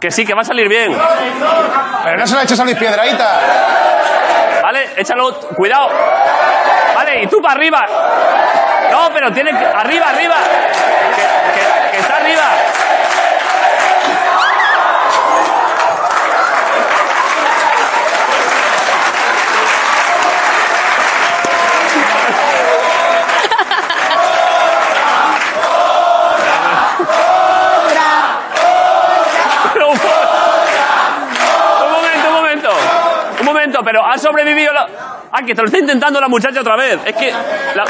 S1: Que sí, que va a salir bien.
S3: Pero no se lo ha hecho a Luis Piedraíta.
S1: Vale, échalo. Cuidado. Vale, y tú para arriba. No, pero tiene que... Arriba, arriba. Que, que- que está arriba. Pero un po- un momento, un momento. Un momento, pero ha sobrevivido la... Ah, que te lo está intentando la muchacha otra vez. Es que... la-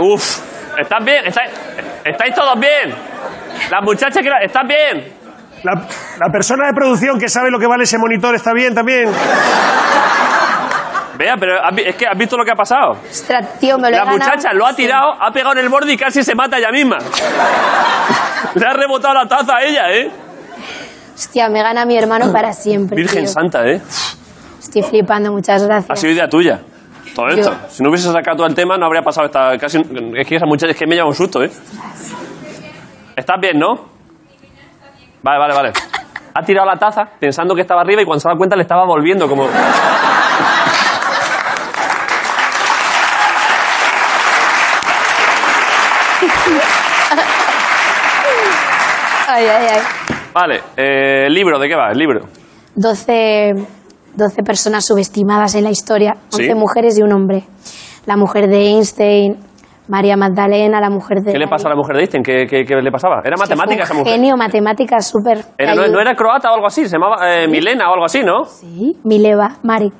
S1: Uf. ¿Estás bien? ¿Estáis, estáis todos bien? Las muchachas que... la- ¿Estás bien?
S2: La, la persona de producción que sabe lo que vale ese monitor está bien también.
S1: Vea, pero has vi- es que has visto lo que ha pasado.
S6: Ostras, tío, me lo he
S1: La
S6: ganado.
S1: muchacha lo ha tirado, ha pegado en el borde y casi se mata ella misma. Le ha rebotado la taza a ella, ¿eh?
S6: Hostia, me gana mi hermano para siempre.
S1: Virgen
S6: tío.
S1: Santa, ¿eh?
S6: Estoy flipando, muchas gracias.
S1: Ha sido idea tuya. Todo esto.
S6: Yo-
S1: Si no hubiese sacado todo el tema, no habría pasado esta. Casi, es que esa muchacha es que me lleva un susto, ¿eh? ¿Estás bien, no? Vale, vale, vale. Ha tirado la taza pensando que estaba arriba y cuando se ha dado cuenta le estaba volviendo como.
S6: Ay, ay, ay.
S1: Vale, eh, libro, ¿de qué va? El libro.
S6: 12, 12 personas subestimadas en la historia, 11
S1: Sí.
S6: mujeres y un hombre. La mujer de Einstein, María Magdalena, la mujer de...
S1: ¿Qué le pasa a la mujer de Einstein? ¿Qué, qué, qué le pasaba? ¿Era
S6: Que fue
S1: matemática
S6: un
S1: esa mujer?
S6: Genio, matemáticas, súper...
S1: Era- no,
S6: cayó.
S1: no era croata o algo así? Se llamaba eh, Milena o algo así, ¿no?
S6: Sí, Mileva, Marik.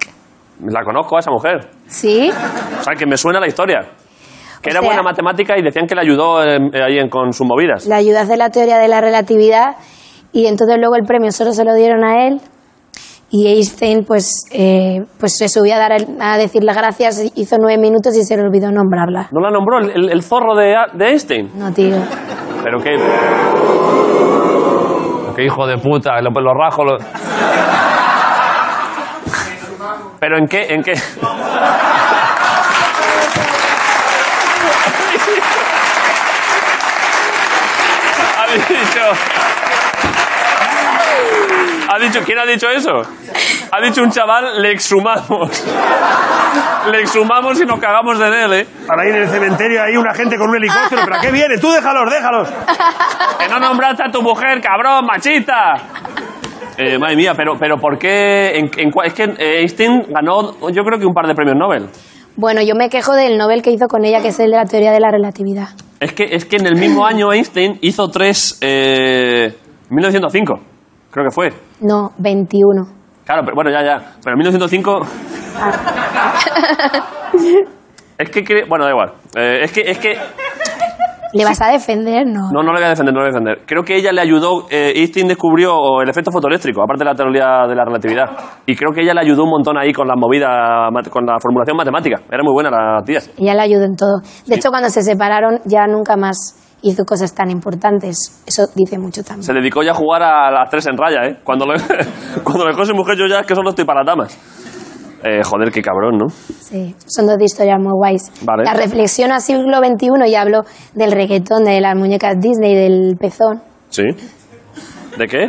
S1: La conozco a esa mujer.
S6: Sí,
S1: O sea, que me suena la historia. Que
S6: O
S1: era
S6: sea-
S1: buena matemática y decían que le ayudó eh, eh, ahí en- con sus movidas.
S6: le ayudó a hacer la teoría de la relatividad y entonces luego el premio solo se lo dieron a él y Einstein pues, eh, pues se subió a, dar el- a decir las gracias, hizo nueve minutos y se le olvidó nombrarla.
S1: ¿No la nombró el, el- el zorro de, A- de Einstein?
S6: No, tío.
S1: Pero qué... Qué hijo de puta, lo, lo rajo... lo- ¿Pero en qué? ¿En qué? ha dicho... Ha dicho... ¿Quién ha dicho eso? Ha dicho un chaval, le exhumamos. le exhumamos y nos cagamos de él, ¿eh?
S2: Para ir en el cementerio hay una gente con un helicóptero. ¿Pero a qué viene? Tú déjalos, déjalos.
S1: ¡Que no nombraste a tu mujer, cabrón, machista! Eh, madre mía, pero, pero ¿por qué? En, en cua- es que eh, Einstein ganó, yo creo que un par de premios Nobel.
S6: Bueno, yo me quejo del Nobel que hizo con ella, que es el de la teoría de la relatividad.
S1: Es que, es que en el mismo año Einstein hizo tres. Eh, 1905, creo que fue.
S6: No, 21.
S1: Claro, pero bueno, ya, ya. Pero en 1905. Es que, cre- bueno, da igual. Eh, es que, es que,
S6: ¿Le vas a defender? No.
S1: no, no le voy a defender, no le voy a defender. Creo que ella le ayudó, eh, Einstein descubrió el efecto fotoeléctrico, aparte de la teoría de la relatividad. Y creo que ella le ayudó un montón ahí con la movida, mat- con la formulación matemática. Era muy buena la tía.
S6: Ella le ayudó en todo. De hecho, cuando se separaron ya nunca más hizo cosas tan importantes. Eso dice mucho también.
S1: Se dedicó ya a jugar a las tres en raya, ¿eh? Cuando lo, cuando lo dejó su mujer, yo ya es que solo estoy para las damas. Eh, joder, qué cabrón, ¿no?
S6: Sí, son dos historias muy guays.
S1: Vale.
S6: La reflexión a siglo XXI ya habló del reggaetón, de las muñecas Disney, del pezón.
S1: Sí. ¿De qué?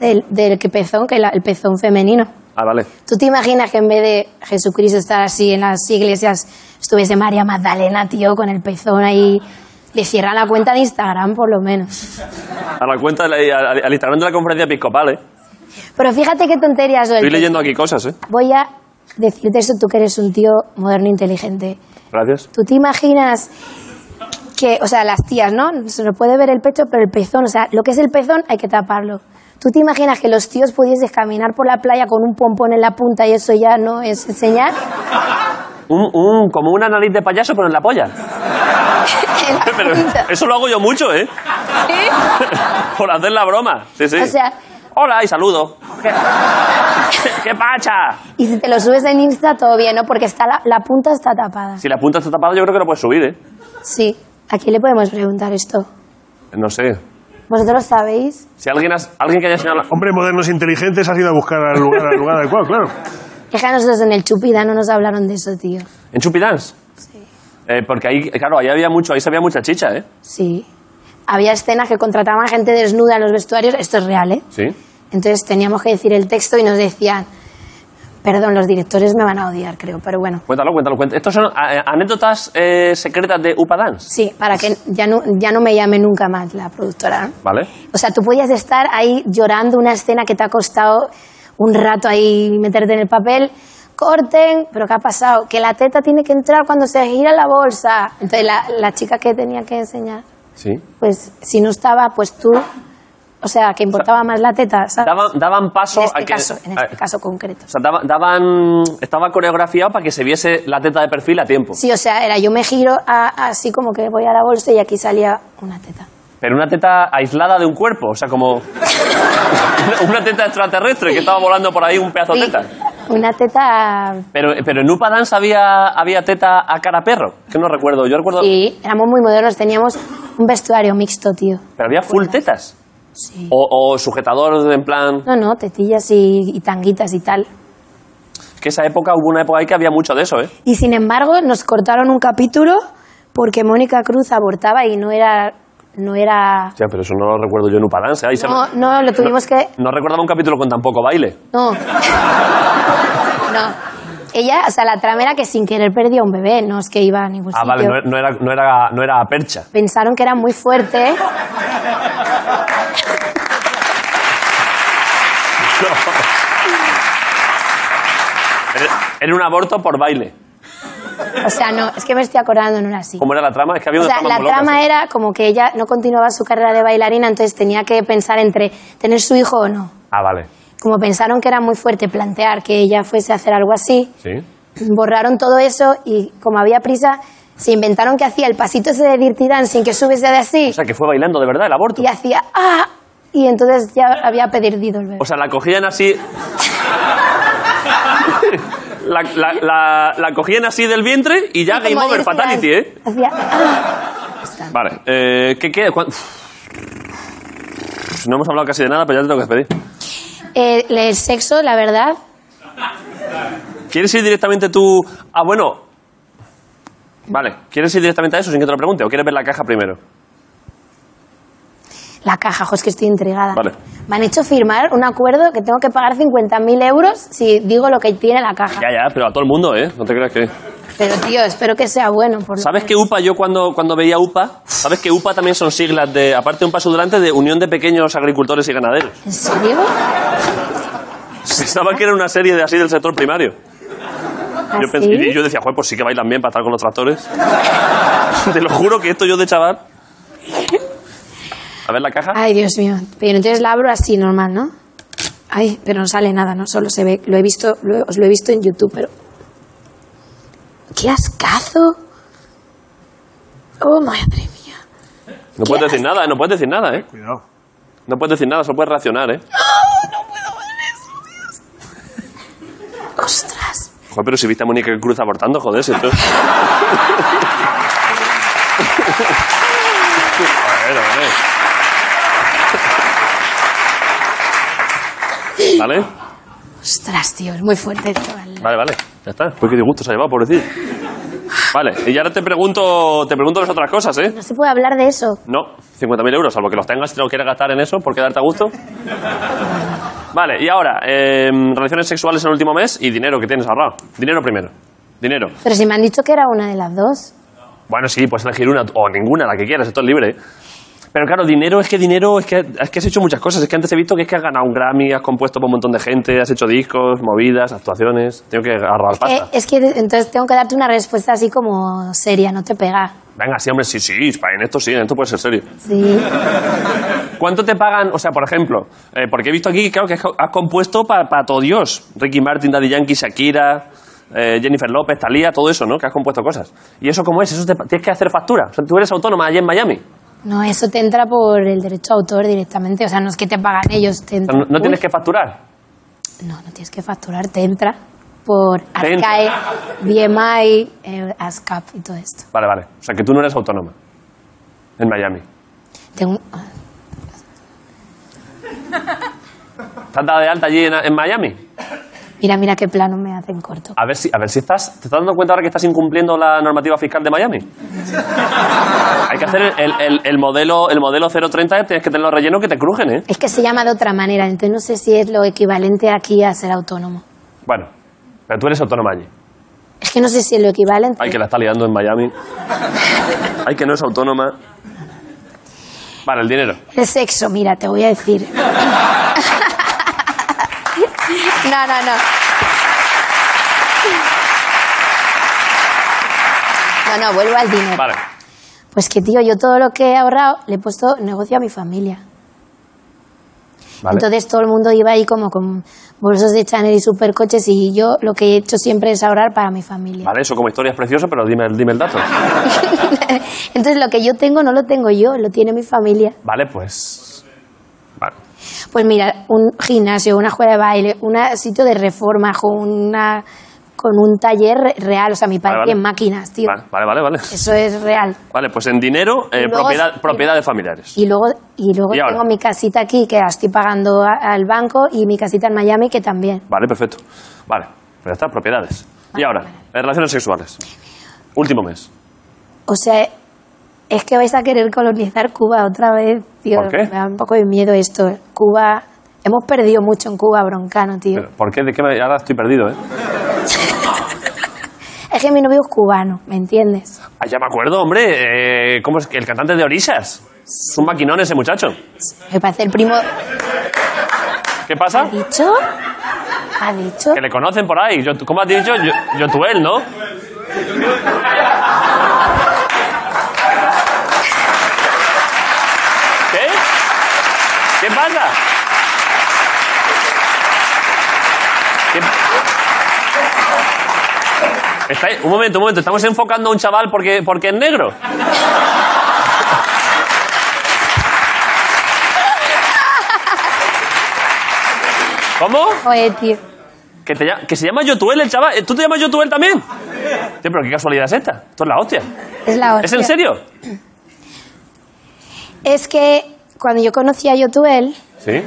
S6: Del, del que pezón, que la- el pezón femenino.
S1: Ah, vale.
S6: ¿Tú te imaginas que en vez de Jesucristo estar así en las iglesias, estuviese María Magdalena, tío, con el pezón ahí? Le cierran la cuenta de Instagram, por lo menos.
S1: A la cuenta, de la- al, al Instagram de la conferencia episcopal, ¿eh?
S6: Pero fíjate qué tonterías lo del
S1: Estoy
S6: pezón.
S1: leyendo aquí cosas, ¿eh?
S6: Voy a decirte eso, tú que eres un tío moderno e inteligente.
S1: Gracias.
S6: ¿Tú te imaginas que, o sea, las tías, ¿no? Se nos puede ver el pecho, pero el pezón, o sea, lo que es el pezón hay que taparlo. ¿Tú te imaginas que los tíos pudieses caminar por la playa con un pompón en la punta y eso ya no es enseñar?
S1: Un, un- como una nariz de payaso, pero en la polla.
S6: En la
S1: Pero
S6: punta,
S1: eso lo hago yo mucho, ¿eh?
S6: ¿sí?
S1: Por hacer la broma. Sí, sí.
S6: O sea,
S1: Hola y saludo. ¿Qué, qué pacha?
S6: y si te lo subes en Insta, todo bien, ¿no? Porque está la, la punta está tapada.
S1: Si la punta está tapada, yo creo que no puedes subir, ¿eh?
S6: Sí. ¿A quién le podemos preguntar esto?
S1: No sé.
S6: ¿Vosotros sabéis?
S1: Si alguien, has- alguien que haya señalado...
S2: Hombre, modernos e inteligentes has ido a buscar al lugar, al lugar adecuado, claro.
S6: Es que a nosotros en el Chupida no nos hablaron de eso, tío.
S1: ¿En Chupidance? Eh, porque ahí, claro, ahí había mucho, ahí se había mucha chicha, ¿eh?
S6: Sí. Había escenas que contrataban gente desnuda en los vestuarios, esto es real, ¿eh?
S1: Sí.
S6: Entonces teníamos que decir el texto y nos decían, perdón, los directores me van a odiar, creo, pero bueno.
S1: Cuéntalo, cuéntalo, cuéntalo. Estos son eh, anécdotas eh, secretas de Upadance,
S6: Sí, para que ya no, ya no me llame nunca más la productora. ¿no?
S1: ¿vale?
S6: O sea, tú podías estar ahí llorando una escena que te ha costado un rato ahí meterte en el papel. Corten, pero ¿qué ha pasado? Que la teta tiene que entrar cuando se gira la bolsa. Entonces la, la chica que tenía que enseñar,
S1: Sí.
S6: pues si no estaba, pues tú, o sea, que importaba más la teta, ¿sabes?
S1: Daban, daban paso
S6: en este
S1: a que...
S6: caso, en este
S1: a-
S6: caso concreto.
S1: O sea, daba- daban, estaba coreografiado para que se viese la teta de perfil a tiempo.
S6: Sí, o sea, era yo me giro a- así como que voy a la bolsa y aquí salía una teta.
S1: Pero una teta aislada de un cuerpo, o sea, como una teta extraterrestre que estaba volando por ahí un pedazo de
S6: Sí,
S1: teta.
S6: Una teta.
S1: Pero, pero en Upa Dance había, había teta a cara perro, que no recuerdo. Yo recuerdo...
S6: Sí, éramos muy modernos, teníamos un vestuario mixto, tío.
S1: Pero había full tetas.
S6: Sí.
S1: O, o sujetador en plan...
S6: No, no, tetillas y, y tanguitas y tal.
S1: Es que esa época hubo una época ahí que había mucho de eso, ¿eh?
S6: Y sin embargo, nos cortaron un capítulo porque Mónica Cruz abortaba y no era. No era.
S1: Ya, pero eso no lo recuerdo yo en Upa Dance. Ahí se-
S6: No, no, lo tuvimos que.
S1: no recordaba un capítulo con tan poco baile.
S6: No. No. Ella, o sea, la trama era que sin querer perdió un bebé, no es que iba a ningún
S1: Ah, vale,
S6: sitio.
S1: no, no era, no, era, no era a percha.
S6: pensaron que era muy fuerte.
S1: Era- Era un aborto por baile.
S6: O sea, no, es que me estoy acordando, no era así.
S1: ¿Cómo era la trama? Es que había
S6: O
S1: una
S6: sea,
S1: trama
S6: la
S1: muy loca,
S6: trama
S1: sí.
S6: era como que ella no continuaba su carrera de bailarina, entonces tenía que pensar entre tener su hijo o no.
S1: Ah, vale.
S6: Como pensaron que era muy fuerte plantear que ella fuese a hacer algo así,
S1: Sí.
S6: borraron todo eso y como había prisa, se inventaron que hacía el pasito ese de Dirty Dance sin que subiese de así
S1: O sea, que fue bailando de verdad el aborto.
S6: y hacía ¡ah! Y entonces ya había perdido el bebé.
S1: O sea, la cogían así. la, la, la- la cogían así del vientre y ya Game
S6: Como
S1: Over
S6: Dirty
S1: Fatality,
S6: Dance.
S1: ¿eh?
S6: Hacía ¡ah!
S1: Vale. Eh, ¿Qué queda? ¿Cuán- Pues No hemos hablado casi de nada, pero ya te tengo que despedir.
S6: Eh, el sexo, la verdad,
S1: ¿Quieres ir directamente tú. Ah, bueno. Vale. ¿Quieres ir directamente a eso sin que te lo pregunte? ¿O quieres ver la caja primero?
S6: La caja, jo, es que estoy intrigada.
S1: Vale.
S6: Me han hecho firmar un acuerdo que tengo que pagar 50.000 euros si digo lo que tiene la caja.
S1: Ya, ya, pero a todo el mundo, ¿eh? No te creas que.
S6: Pero tío, espero que sea bueno. Por lo
S1: ¿Sabes que
S6: menos.
S1: UPA, yo cuando, cuando veía UPA, sabes que UPA también son siglas de, aparte de un paso delante, de Unión de Pequeños Agricultores y Ganaderos?
S6: ¿En serio?
S1: Pensaba que era una serie de así del sector primario. Yo
S6: ¿Así?
S1: pens- y yo decía, joder, pues sí que bailan bien para estar con los tractores. Te lo juro que esto yo de chaval. A ver la caja.
S6: Ay, Dios mío. Pero entonces la abro así, normal, ¿no? Ay, pero no sale nada, ¿no? Solo se ve. Lo he visto, lo he- os lo he visto en YouTube, pero. ¡Qué ascazo! ¡Oh, madre mía!
S1: No puedes decir nada, no puedes decir nada, ¿eh?
S2: Cuidado.
S1: No puedes decir nada, solo puedes reaccionar, ¿eh?
S6: ¡Ostras!
S1: Joder, pero si viste a Mónica Cruz abortando, joder, si esto... Joder, hombre. ¿Vale?
S6: ¡Ostras, tío! Es muy fuerte, chaval.
S1: Vale, vale. Ya está. Pues qué disgusto se ha llevado, pobrecillo. Vale, y ahora te pregunto, te pregunto las otras cosas, ¿eh?
S6: No se puede hablar de eso.
S1: No, 50.000 euros, salvo que los tengas y te lo quieras gastar en eso por quedarte a gusto. Vale, y ahora, eh, relaciones sexuales en el último mes y dinero que tienes ahorrado. Dinero primero. Dinero.
S6: Pero si me han dicho que era una de las dos.
S1: Bueno, sí, puedes elegir una o ninguna, la que quieras, esto es libre. ¿eh? Pero claro, dinero es que dinero, es que, es que has hecho muchas cosas. Es que antes he visto que es que has ganado un Grammy, has compuesto por un montón de gente, has hecho discos, movidas, actuaciones. Tengo que agarrar
S6: Eh,
S1: pasta.
S6: es que entonces tengo que darte una respuesta así como seria, no te pega.
S1: Venga, sí, hombre, sí, sí, en esto sí, en esto puede ser serio.
S6: Sí.
S1: ¿Cuánto te pagan? O sea, por ejemplo, eh, porque he visto aquí, claro, que has co- has compuesto para todo Dios. Ricky Martin, Daddy Yankee, Shakira, eh, Jennifer López, Thalía, todo eso, ¿no? Que has compuesto cosas. ¿Y eso cómo es? ¿Eso te pa- tienes que hacer factura? O sea, tú eres autónoma allí en Miami. O
S6: No, eso te entra por el derecho a autor directamente. O sea, no es que te pagan ellos. Te
S1: sea,
S6: entra-
S1: no, no
S6: Uy.
S1: tienes que facturar.
S6: No, no tienes que facturar. Te entra por
S1: Te entra.
S6: ASCAE, BMI, eh, ASCAP y todo esto.
S1: Vale, vale. O sea, que tú no eres autónoma en Miami.
S6: Tengo- ah,
S1: ¿Estás dada de alta allí en, en Miami?
S6: Mira, mira qué plano me hacen corto.
S1: A ver si, a ver si estás, ¿te estás dando cuenta ahora que estás incumpliendo la normativa fiscal de Miami? Hay que hacer el, el- el modelo, el modelo 030, tienes que tener los rellenos que te crujen, ¿eh?
S6: Es que se llama de otra manera, entonces no sé si es lo equivalente aquí a ser autónomo.
S1: Bueno, pero tú eres autónoma allí.
S6: Es que no sé si es lo equivalente.
S1: Hay que la está liando en Miami. Hay que no es autónoma. Vale, el dinero.
S6: El sexo, mira, te voy a decir. No, no, no. No, no, vuelvo al dinero.
S1: Vale.
S6: Pues que, tío, yo todo lo que he ahorrado le he puesto negocio a mi familia.
S1: vale.
S6: Entonces todo el mundo iba ahí como con bolsos de Chanel y supercoches y yo lo que he hecho siempre es ahorrar para mi familia.
S1: Vale, eso como historia es precioso, pero dime, el- dime el dato.
S6: Entonces lo que yo tengo no lo tengo yo, lo tiene mi familia.
S1: Vale, pues. Vale.
S6: Pues mira, un gimnasio, una escuela de baile, un sitio de reforma, con, una, con un taller re- real. O sea, mi
S1: Vale,
S6: padre
S1: vale.
S6: tiene máquinas, tío.
S1: Vale, vale, vale. Vale,
S6: Eso es real.
S1: Vale, pues en dinero, eh,
S6: Y luego-
S1: propiedad, propiedades familiares.
S6: Y luego, y luego
S1: ¿Y ahora?
S6: tengo mi casita aquí, que la estoy pagando a- al banco, y mi casita en Miami, que también.
S1: Vale, perfecto. Vale, pues ya está, propiedades. Y ahora, eh, relaciones sexuales. Último mes.
S6: O sea, es que vais a querer colonizar Cuba otra vez, tío.
S1: ¿Por qué?
S6: Me da un poco de miedo esto. Cuba... Hemos perdido mucho en Cuba, broncano, tío.
S1: Pero, ¿Por qué? ¿De qué me- Ahora estoy perdido, ¿eh?
S6: Es que mi novio es cubano, ¿me entiendes?
S1: Ah, ya me acuerdo, hombre. Eh, ¿Cómo es? El cantante de Orillas. Es un maquinón ese muchacho.
S6: Me parece el primo...
S1: Qué ¿Qué
S6: ¿Ha
S1: pasa?
S6: dicho? ¿Ha dicho?
S1: Que le conocen por ahí. Yo- ¿Cómo has dicho? Yo, Yotuel, ¿no? ¿Qué? ¿Qué pasa? ¿Qué- Estáis- un momento, un momento. Estamos enfocando a un chaval porque, porque es negro. ¿Cómo?
S6: Oye, tío.
S1: Que, te lla- que se llama Yotuel el chaval. Eh, ¿Tú te llamas Yotuel también? Tío, pero qué casualidad es esta. Esto es la hostia.
S6: Es la
S1: ¿Es en
S6: hostia.
S1: serio?
S6: Es que cuando yo conocí a Yotuel,
S1: Sí.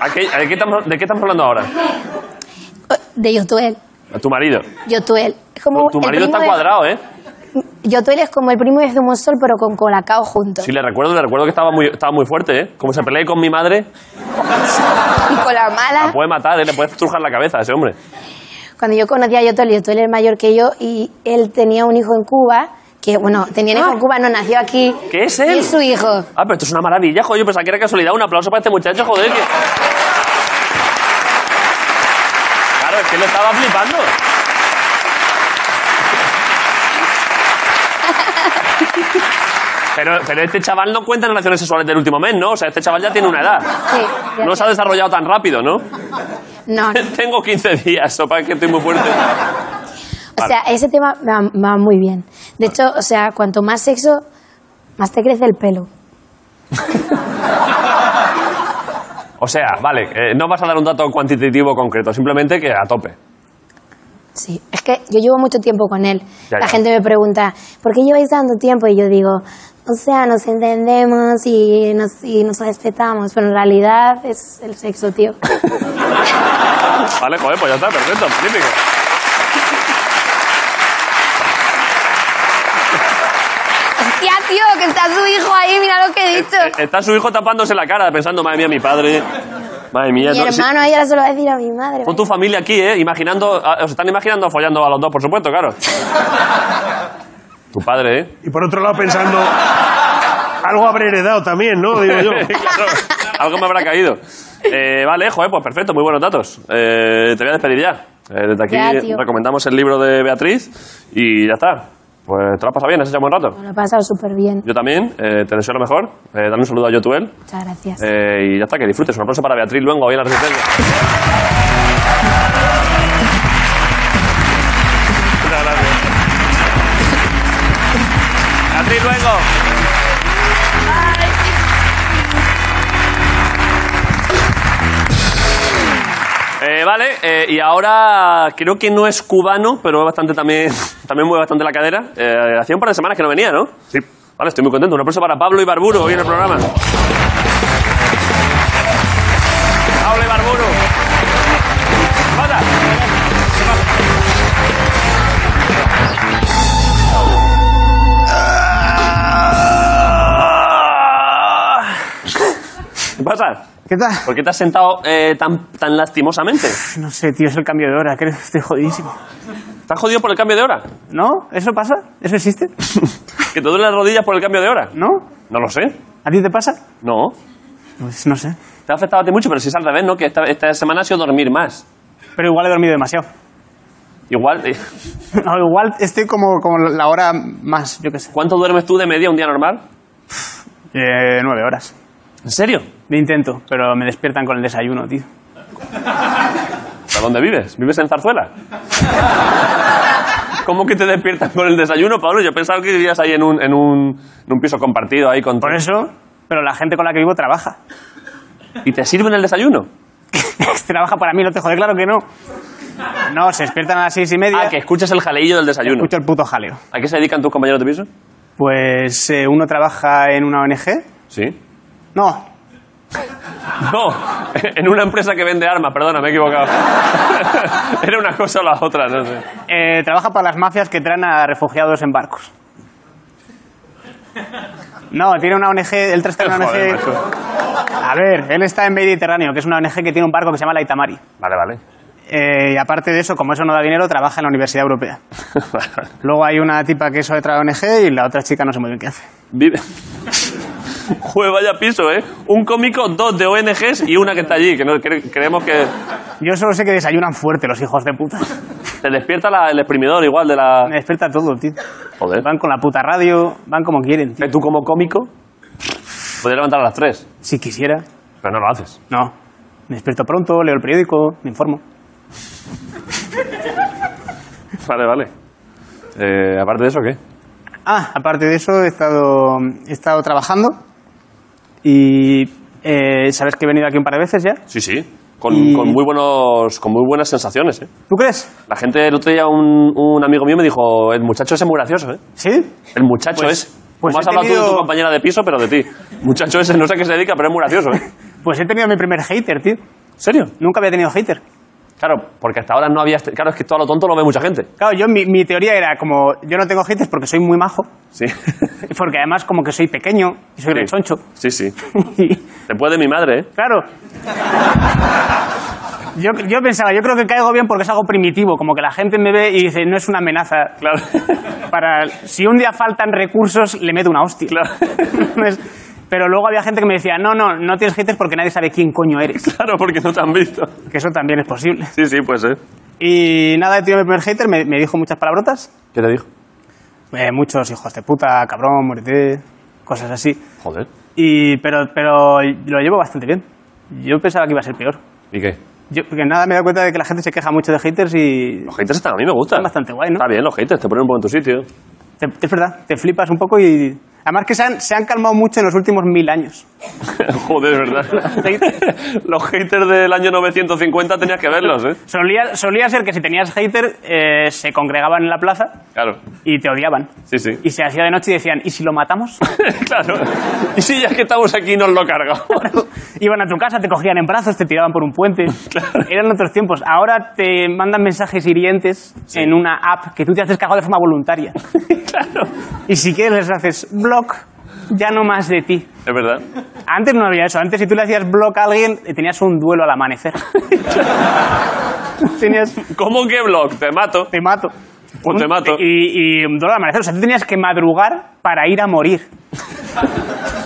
S1: ¿A qué- a qué estamos- ¿De qué estamos hablando ahora?
S6: eh, de Yotuel,
S1: A tu marido. Pues
S6: Yotuel. Es como
S1: tu
S6: el
S1: marido
S6: primo
S1: está
S6: de-
S1: cuadrado, ¿eh?
S6: Yotuel es como el primo de Zumosol, pero con Colacao junto.
S1: Sí, le recuerdo, le recuerdo que estaba muy, estaba muy fuerte, ¿eh? Como se peleé con mi madre,
S6: Y con la
S1: la
S6: mala.
S1: puede matar, ¿eh? Le puedes trujar la cabeza a ese hombre.
S6: Cuando yo conocí a Yotuel, Yotuel era mayor que yo y él tenía un hijo en Cuba, que bueno, tenía un hijo en Cuba, no nació aquí.
S1: Ah. ¿Qué es
S6: Y
S1: él?
S6: es su hijo.
S1: Ah, pero esto es una maravilla, joder. Yo pensaba que era casualidad. Un aplauso para este muchacho, joder. que- Claro, es que lo estaba flipando. Pero, pero este chaval no cuenta en relaciones sexuales del último mes, ¿no? O sea, este chaval ya tiene una edad.
S6: Sí, ya
S1: No se ha desarrollado tan rápido, ¿no?
S6: No, no.
S1: Tengo 15 días, sopa, es que estoy muy fuerte.
S6: O sea, ese tema me va, me va muy bien. De hecho, o sea, cuanto más sexo, más te crece el pelo.
S1: O sea, vale, eh, no vas a dar un dato cuantitativo concreto, simplemente que a tope.
S6: Sí, es que yo llevo mucho tiempo con él.
S1: Ya,
S6: La
S1: ya.
S6: gente me pregunta, ¿por qué lleváis tanto tiempo? Y yo digo, o sea, nos entendemos y nos, y nos respetamos, pero en realidad es el sexo, tío.
S1: Vale, joder, pues ya está, perfecto, magnífico.
S6: Hostia, tío, que está su hijo ahí, mira lo que he dicho.
S1: Eh, Está su hijo tapándose la cara, pensando, madre mía, mi padre. Madre mía,
S6: Mi
S1: no, sí.
S6: hermano ahí ahora se lo va a decir a mi madre.
S1: Con tu familia aquí, ¿eh? Imaginando, ah, os están imaginando follando a los dos, por supuesto, claro. tu padre, ¿eh?
S2: Y por otro lado pensando, algo habré heredado también, ¿no? Digo yo.
S1: Claro, algo me habrá caído. Eh, vale, joder, pues perfecto, muy buenos datos. Eh, te voy a despedir ya. Eh, desde aquí
S6: Ya, tío.
S1: recomendamos el libro de Beatriz y ya está. Pues te lo has pasado bien, has hecho un buen rato.
S6: Me lo he pasado súper bien.
S1: Yo también, eh, te deseo lo mejor. Eh, dame un saludo a Yotuel.
S6: Muchas gracias.
S1: Eh, y ya está, que disfrutes. Un aplauso para Beatriz Luengo hoy en la Resistencia. Muchas gracias. Beatriz Luengo. Eh, vale, eh, y ahora creo que no es cubano, pero es bastante también, también mueve bastante la cadera. Eh, hacía un par de semanas que no venía, ¿no?
S2: Sí.
S1: Vale, estoy muy contento. Un aplauso para Pablo Ibarburu hoy en el programa. Pablo Ibarburu. ¡Pata! ¿Qué pasa?
S7: ¿Qué tal?
S1: ¿Por qué te has sentado eh, tan, tan lastimosamente?
S7: No sé, tío, es el cambio de hora, creo. Estoy jodidísimo.
S1: ¿Estás jodido por el cambio de hora?
S7: ¿No? ¿Eso pasa? ¿Eso existe?
S1: ¿Que te duelen las rodillas por el cambio de hora?
S7: ¿No?
S1: No lo sé.
S7: ¿A ti te pasa?
S1: No.
S7: Pues no sé.
S1: Te ha afectado a ti mucho, pero si es al revés, ¿no? Que esta, esta semana ha sido dormir más.
S7: Pero igual he dormido demasiado.
S1: Igual, eh,
S7: No, igual estoy como, como la hora más, yo qué sé.
S1: ¿cuánto duermes tú de media un día normal?
S7: Eh, nueve horas.
S1: ¿En serio?
S7: De intento, pero me despiertan con el desayuno, tío.
S1: ¿A dónde vives? ¿Vives en Zarzuela? ¿Cómo que te despiertas con el desayuno, Pablo? Yo pensaba que vivías ahí en un, en un, en un piso compartido ahí con...
S7: Por eso, pero la gente con la que vivo trabaja.
S1: ¿Y te sirven el desayuno?
S7: trabaja para mí, no te jode, claro que no. No, se despiertan a las seis y media.
S1: Ah, que escuchas el jaleillo del desayuno.
S7: Escucho el puto jaleo.
S1: ¿A qué se dedican tus compañeros de piso?
S7: Pues eh, uno trabaja en una ONG.
S1: Sí.
S7: No,
S1: No, en una empresa que vende armas, perdona, me he equivocado. Era una cosa o la otra, no sé.
S7: eh, trabaja para las mafias que traen a refugiados en barcos. No, tiene una ONG, él está en una
S1: Joder,
S7: ONG. A ver, él está en Mediterráneo, que es una ONG que tiene un barco que se llama la Itamari.
S1: Vale, vale.
S7: Eh, y aparte de eso, como eso no da dinero, trabaja en la Universidad Europea. Luego hay una tipa que es otra ONG y la otra chica no sé muy bien qué hace.
S1: Vive... Joder, vaya piso, ¿eh? Un cómico, dos de ONGs y una que está allí, que no, cre- creemos que
S7: Yo solo sé que desayunan fuerte los hijos de puta.
S1: te despierta la- el exprimidor igual de la...
S7: Me despierta todo, tío.
S1: Joder.
S7: Van con la puta radio, van como quieren, tío.
S1: ¿Eh, ¿Tú como cómico? Podrías levantar a las tres,
S7: Si quisiera,
S1: pero no lo haces.
S7: no. Me despierto pronto, leo el periódico, me informo.
S1: Vale, vale. Eh, aparte de eso, ¿qué?
S7: Ah, aparte de eso, he estado, he estado trabajando y eh, sabes que he venido aquí un par de veces ya.
S1: Sí, sí. Con,
S7: Y-
S1: con muy buenos, con muy buenas sensaciones, ¿eh?
S7: ¿Tú crees?
S1: La gente, el otro día un, un amigo mío me dijo, el muchacho ese es muy gracioso, ¿eh?
S7: ¿Sí?
S1: El muchacho
S7: Pues-
S1: ese.
S7: pues
S1: Como has
S7: he
S1: hablado tú de tu
S7: tenido-
S1: compañera de piso, pero de ti. Muchacho ese, no sé a qué se dedica, pero es muy gracioso, ¿eh?
S7: Pues he tenido mi primer hater, tío.
S1: ¿En serio?
S7: Nunca había tenido hater.
S1: Claro, porque hasta ahora no había... este- Claro, es que todo a lo tonto lo ve mucha gente.
S7: Claro, yo mi, mi teoría era como, yo no tengo haters porque soy muy majo,
S1: Sí.
S7: porque además como que soy pequeño y soy rechoncho.
S1: Sí, sí.
S7: Y,
S1: Te puede mi madre, ¿eh?
S7: claro. Yo, yo pensaba, yo creo que caigo bien porque es algo primitivo, como que la gente me ve y dice, no es una amenaza.
S1: Claro.
S7: Para, si un día faltan recursos, le meto una hostia.
S1: Claro.
S7: Es- Pero luego había gente que me decía, no, no, no tienes haters porque nadie sabe quién coño eres.
S1: Claro, porque no te han visto.
S7: Que eso también es posible.
S1: Sí, sí, pues, ¿eh?
S7: Y nada, he tenido mi primer hater, me, me dijo muchas palabrotas.
S1: ¿Qué te dijo?
S7: Eh, muchos hijos de puta, cabrón, muérete, cosas así.
S1: Joder.
S7: Y, pero, pero lo llevo bastante bien. Yo pensaba que iba a ser peor.
S1: ¿Y qué?
S7: Yo, porque nada, me he dado cuenta de que la gente se queja mucho de haters y
S1: Los haters están, a mí me gustan.
S7: Están bastante guay, ¿no?
S1: Está bien, los haters, te ponen un poco en tu sitio.
S7: te- es verdad, te flipas un poco y... Además que se han, se han calmado mucho en los últimos mil años.
S1: Joder, es ¿verdad? los haters del año 950 tenías que verlos, ¿eh?
S7: Solía, solía ser que si tenías hater eh, se congregaban en la plaza
S1: Claro.
S7: y te odiaban.
S1: Sí, sí.
S7: Y se hacía de noche y decían, ¿y si lo matamos?
S1: claro. Y si ya que estamos aquí nos lo cargamos.
S7: Iban a tu casa, te cogían en brazos, te tiraban por un puente. Eran otros tiempos. Ahora te mandan mensajes hirientes en una app que tú te haces cagado de forma voluntaria.
S1: claro.
S7: Y si quieres les haces block, ya no más de ti.
S1: Es verdad.
S7: Antes no había eso. Antes si tú le hacías block a alguien, eh, tenías un duelo al amanecer. tenías...
S1: ¿Cómo que blog? Te mato.
S7: Te mato.
S1: Pues te mato.
S7: Y, y un duelo al amanecer. O sea, tú tenías que madrugar para ir a morir.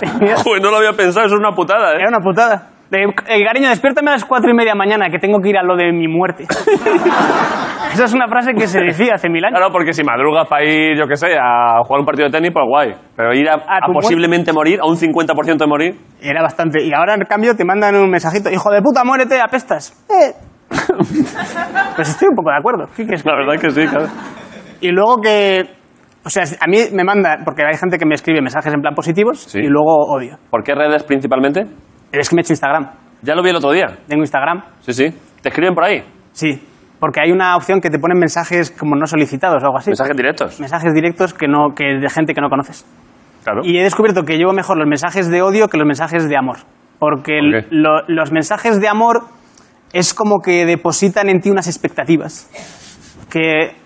S7: Tenías-
S1: Joder, no lo había pensado, eso es una putada, ¿eh?
S7: Era una putada. De, eh, cariño, despiértame a las cuatro y media mañana, que tengo que ir a lo de mi muerte. Esa es una frase que se decía hace mil años.
S1: Claro, porque si madrugas para ir, yo qué sé, a jugar un partido de tenis, pues guay. Pero ir a, a
S7: tu
S1: posiblemente morir, a un 50% de morir,
S7: Era bastante. Y ahora, en cambio, te mandan un mensajito: Hijo de puta, muérete, apestas. Eh. pues estoy un poco de acuerdo. ¿Qué quieres que
S1: la verdad es que sí, claro.
S7: Y luego que. O sea, a mí me manda. Porque hay gente que me escribe mensajes en plan positivos
S1: Sí.
S7: y luego odio.
S1: ¿Por qué redes principalmente?
S7: Es que me he hecho Instagram.
S1: Ya lo vi el otro día.
S7: Tengo Instagram.
S1: Sí, sí. ¿Te escriben por ahí?
S7: Sí. Porque hay una opción que te ponen mensajes como no solicitados o algo así.
S1: Mensajes directos.
S7: Mensajes directos que no, que de gente que no conoces.
S1: Claro.
S7: Y he descubierto que llevo mejor los mensajes de odio que los mensajes de amor. Porque
S1: ¿Por qué?
S7: lo- los mensajes de amor es como que depositan en ti unas expectativas. Que.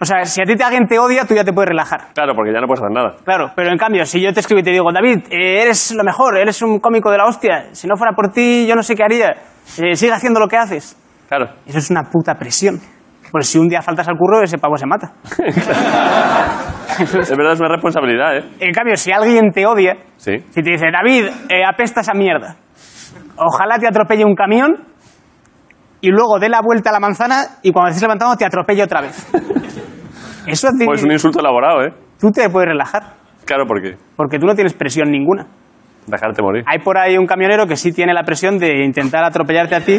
S7: O sea, si a ti te- alguien te odia, tú ya te puedes relajar.
S1: Claro, porque ya no puedes hacer nada.
S7: Claro, pero en cambio, si yo te escribo y te digo, David, eh, eres lo mejor, eres un cómico de la hostia, si no fuera por ti, yo no sé qué haría, Eh, sigue haciendo lo que haces.
S1: Claro.
S7: Eso es una puta presión. Pues si un día faltas al curro, ese pavo se mata.
S1: Es verdad, es una responsabilidad, ¿eh?
S7: En cambio, si alguien te odia,
S1: Sí.
S7: si te dice, David, eh, apesta esa mierda, ojalá te atropelle un camión y luego dé la vuelta a la manzana y cuando estés levantando te atropelle otra vez. Eso a ti-
S1: Pues un insulto elaborado, ¿eh?
S7: tú te puedes relajar,
S1: Claro, porque
S7: porque tú no tienes presión ninguna.
S1: dejarte morir.
S7: Hay por ahí un camionero que sí tiene la presión de intentar atropellarte a ti.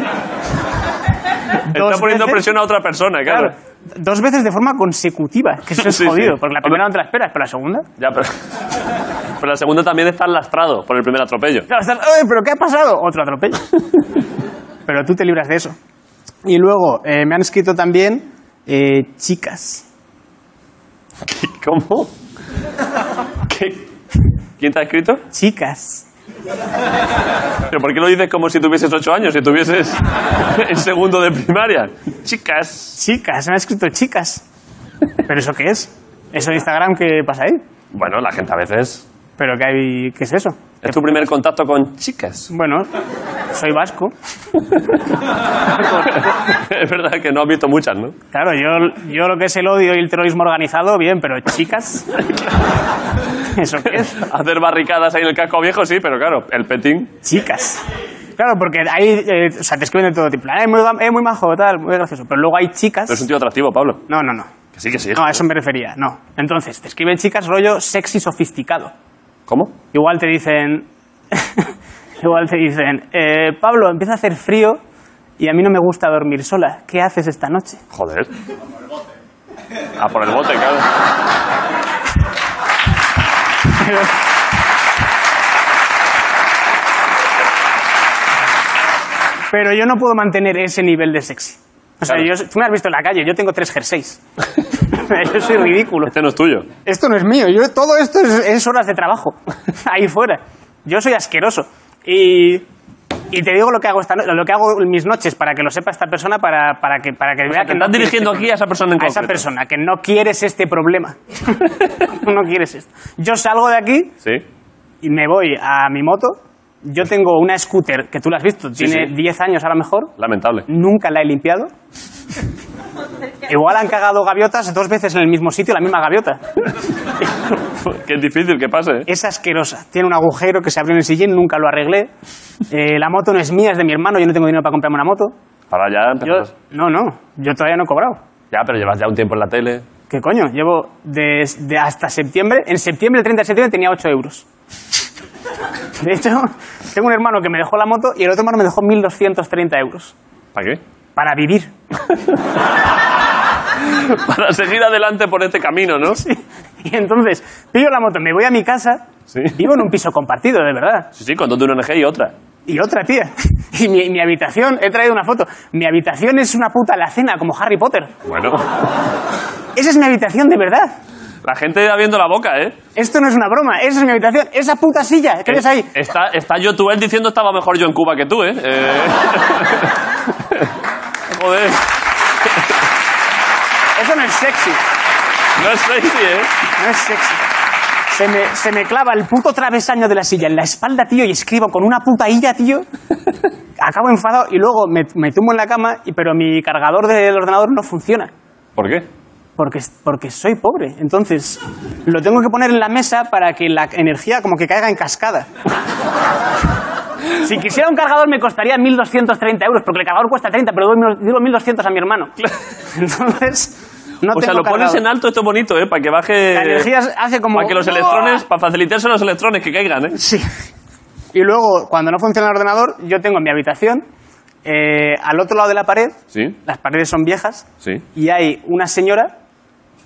S1: Está poniendo
S7: veces-
S1: presión a otra persona, claro.
S7: Claro, Dos veces de forma consecutiva, que eso es
S1: Sí, sí.
S7: jodido, porque la primera no te la esperas, pero la segunda.
S1: Ya, pero, pero la segunda también está lastrado por el primer atropello.
S7: Claro, estás, "Ay, ¿pero qué ha pasado? Otro atropello. pero tú te libras de eso. Y luego, eh, me han escrito también eh, chicas.
S1: ¿Cómo? ¿Qué? ¿Quién te ha escrito?
S7: Chicas.
S1: ¿Pero por qué lo dices como si tuvieses ocho años, si tuvieses en segundo de primaria? Chicas.
S7: Chicas, me han escrito chicas. ¿Pero eso qué es? ¿Eso de Instagram qué pasa ahí?
S1: Bueno, la gente a veces...
S7: ¿Pero qué, hay, qué es eso?
S1: Es tu primer contacto con chicas.
S7: Bueno, soy vasco.
S1: es verdad que no has visto muchas, ¿no?
S7: Claro, yo, yo lo que es el odio y el terrorismo organizado, bien, pero chicas. ¿Eso qué es?
S1: Hacer barricadas ahí en el casco viejo, sí, pero claro, el petín.
S7: Chicas. Claro, porque hay. eh, o sea, te escriben de todo tipo. Es muy, es muy majo, tal, muy gracioso. Pero luego hay chicas.
S1: Pero es un tío atractivo, Pablo.
S7: No, no, no.
S1: Que sí, que sí.
S7: No, a eso me refería, no. Entonces, te escriben chicas rollo sexy sofisticado.
S1: ¿Cómo?
S7: Igual te dicen. igual te dicen. eh, Pablo, empieza a hacer frío y a mí no me gusta dormir sola. ¿Qué haces esta noche?
S1: Joder. Ah, por el bote, claro.
S7: Pero yo no puedo mantener ese nivel de sexy. O sea,
S1: Claro.
S7: yo- tú me has visto en la calle, yo tengo tres jerseys. yo soy ridículo.
S1: Este no es tuyo.
S7: Esto no es mío, yo, todo esto es, es horas de trabajo, ahí fuera. Yo soy asqueroso. Y, y te digo lo que hago esta no- lo que hago en mis noches para que lo sepa esta persona, para, para que, para que vea
S1: te
S7: que
S1: estás
S7: no quieres
S1: dirigiendo
S7: este
S1: aquí a esa persona en
S7: A esa
S1: concreto.
S7: persona, que no quieres este problema. no quieres esto. Yo salgo de aquí
S1: Sí.
S7: y me voy a mi moto. Yo tengo una scooter, que tú la has visto, tiene
S1: sí.
S7: 10 años a lo mejor.
S1: Lamentable.
S7: Nunca la he limpiado. Igual han cagado gaviotas dos veces en el mismo sitio, la misma gaviota.
S1: Qué difícil que pase, ¿eh?
S7: Es asquerosa. Tiene un agujero que se abrió en el sillín, nunca lo arreglé. Eh, la moto no es mía, es de mi hermano. Yo no tengo dinero para comprarme una moto.
S1: Ahora ya
S7: Yo,
S1: empezamos.
S7: no, no. Yo todavía no he cobrado.
S1: Ya, pero llevas ya un tiempo en la tele.
S7: ¿Qué coño? Llevo desde hasta septiembre. En septiembre, el 30 de septiembre, tenía 8 euros. De hecho, tengo un hermano que me dejó la moto y el otro hermano me dejó 1.230 euros.
S1: ¿Para qué?
S7: Para vivir.
S1: Para seguir adelante por este camino, ¿no? Sí,
S7: Y entonces, pillo la moto, me voy a mi casa.
S1: Sí.
S7: Vivo en un piso compartido, de verdad.
S1: sí, con dos de una ONG y otra.
S7: Y otra, tía. Y mi, mi habitación, he traído una foto. Mi habitación es una puta alacena, como Harry Potter.
S1: Bueno,
S7: Esa es mi habitación, de verdad.
S1: la gente va viendo la boca, ¿eh?
S7: Esto no es una broma, esa es mi habitación. Esa puta silla, ¿qué ves ahí?
S1: Está, está Yotuel diciendo estaba mejor yo en Cuba que tú, ¿eh? Eh, Joder,
S7: Eso no es sexy.
S1: no es sexy, ¿eh?
S7: No es sexy. Se me, se me clava el puto travesaño de la silla en la espalda, tío, y escribo con una puta illa, tío. Acabo enfadado y luego me, me tumbo en la cama, y, pero mi cargador del ordenador no funciona.
S1: ¿Por qué?
S7: Porque, porque soy pobre. Entonces, lo tengo que poner en la mesa para que la energía como que caiga en cascada. Si quisiera un cargador me costaría 1.230 euros, porque el cargador cuesta 30, pero doy mil- digo 1.200 a mi hermano. Entonces, no
S1: o sea,
S7: tengo
S1: lo pones
S7: cargador.
S1: en alto, esto es bonito, ¿eh? Para que baje...
S7: La energía hace como...
S1: Para que los electrones, para facilitarse los electrones que caigan, ¿eh?
S7: Sí. Y luego, cuando no funciona el ordenador, yo tengo en mi habitación, eh, al otro lado de la pared,
S1: Sí,
S7: las paredes son viejas,
S1: sí.
S7: y hay una señora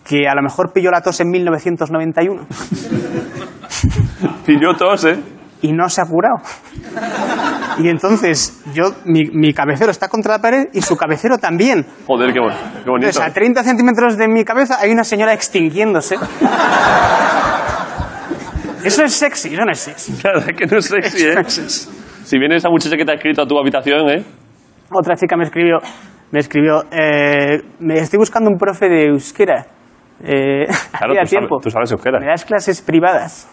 S7: que a lo mejor pilló la tos en 1991.
S1: Y yo tos, ¿eh?
S7: y no se ha curado. Y entonces, yo, mi, mi cabecero está contra la pared y su cabecero también.
S1: Joder, qué, bon- qué bonito.
S7: Entonces, a 30 centímetros de mi cabeza hay una señora extinguiéndose. Eso es sexy, eso no es sexy.
S1: Claro, es que no es sexy, ¿eh? Si viene esa muchacha que te ha escrito a tu habitación, ¿eh?
S7: Otra chica me escribió, me escribió, eh, me estoy buscando un profe de euskera. Eh,
S1: Claro,
S7: hacía
S1: tú sabes-
S7: tiempo.
S1: tú sabes euskera.
S7: Me das clases privadas.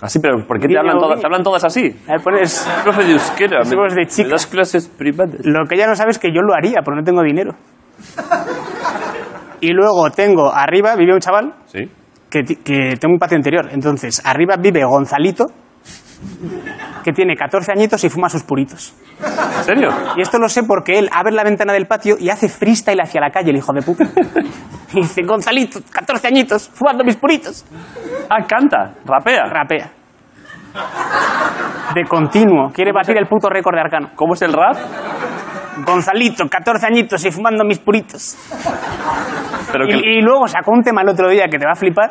S1: Así, pero ¿por qué te
S7: Guiño,
S1: hablan todas,
S7: guiño.
S1: te hablan todas así?
S7: A ver, pones...
S1: Profe de euskera. me-
S7: Somos de chica.
S1: me das clases privadas.
S7: Lo que ella no sabe es que yo lo haría, pero no tengo dinero. Y luego tengo, arriba vive un chaval
S1: Sí.
S7: que, ti- que tengo un patio interior. Entonces, arriba vive Gonzalito, que tiene 14 añitos y fuma sus puritos.
S1: ¿En serio?
S7: Y esto lo sé porque él abre la ventana del patio y hace freestyle hacia la calle, el hijo de puta. Y dice, Gonzalito, 14 añitos, fumando mis puritos.
S1: Ah, canta, rapea.
S7: Rapea. De continuo. Quiere batir el puto récord de Arcano.
S1: ¿Cómo es el rap?
S7: Gonzalito, 14 añitos y fumando mis puritos.
S1: Pero que,
S7: Y, y luego sacó un tema el otro día que te va a flipar,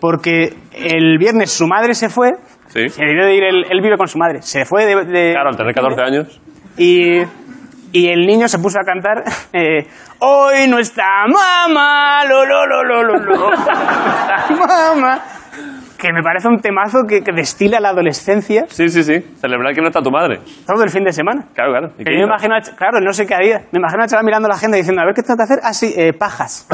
S7: porque el viernes su madre se fue.
S1: Sí.
S7: Se debió de ir, él, él vive con su madre. Se fue de. de-
S1: claro, al tener 14 años.
S7: Y, y el niño se puso a cantar. eh, Hoy no está mamá, lo, lo, lo, lo, lo, lo. mamá. Que me parece un temazo que, que destila la adolescencia
S1: Sí, sí, sí. Celebrar que no está tu madre.
S7: todo el fin de semana.
S1: Claro, claro. ¿Y
S7: Que
S1: qué hizo?
S7: yo me imagino, al ch- claro, no sé qué haría. Me imagino al chaval mirando la agenda diciendo, a ver qué tengo que hacer. Ah, sí, eh, pajas.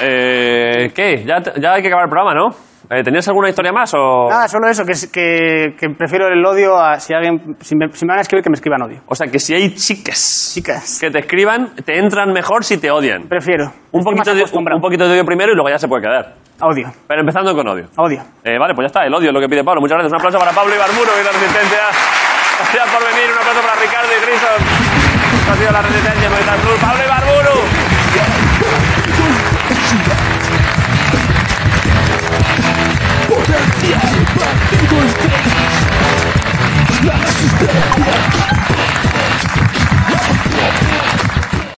S1: Eh, ¿Qué? Ya, te- ya hay que acabar el programa, ¿no? Eh, ¿Tenías alguna historia más o...?
S7: Nada, Ah, solo eso, que, es- que, que prefiero el odio a si alguien. Si me, si me van a escribir, que me escriban odio.
S1: O sea, que si hay chicas
S7: Chicas.
S1: que te escriban, te entran mejor si te odian.
S7: Prefiero.
S1: Un
S7: Estoy
S1: poquito,
S7: más
S1: de, un,
S7: acostumbrado.
S1: un poquito de odio primero y luego ya se puede quedar.
S7: A Odio.
S1: Pero empezando con odio.
S7: a Odio.
S1: Eh, vale, pues ya está, el odio es lo que pide Pablo. Muchas gracias. Un aplauso para Pablo Ibarburo y la Resistencia. Gracias por venir. Un aplauso para Ricardo y Grison. Esto ha sido la Resistencia en Movistar Plus. Pablo Ibarburo.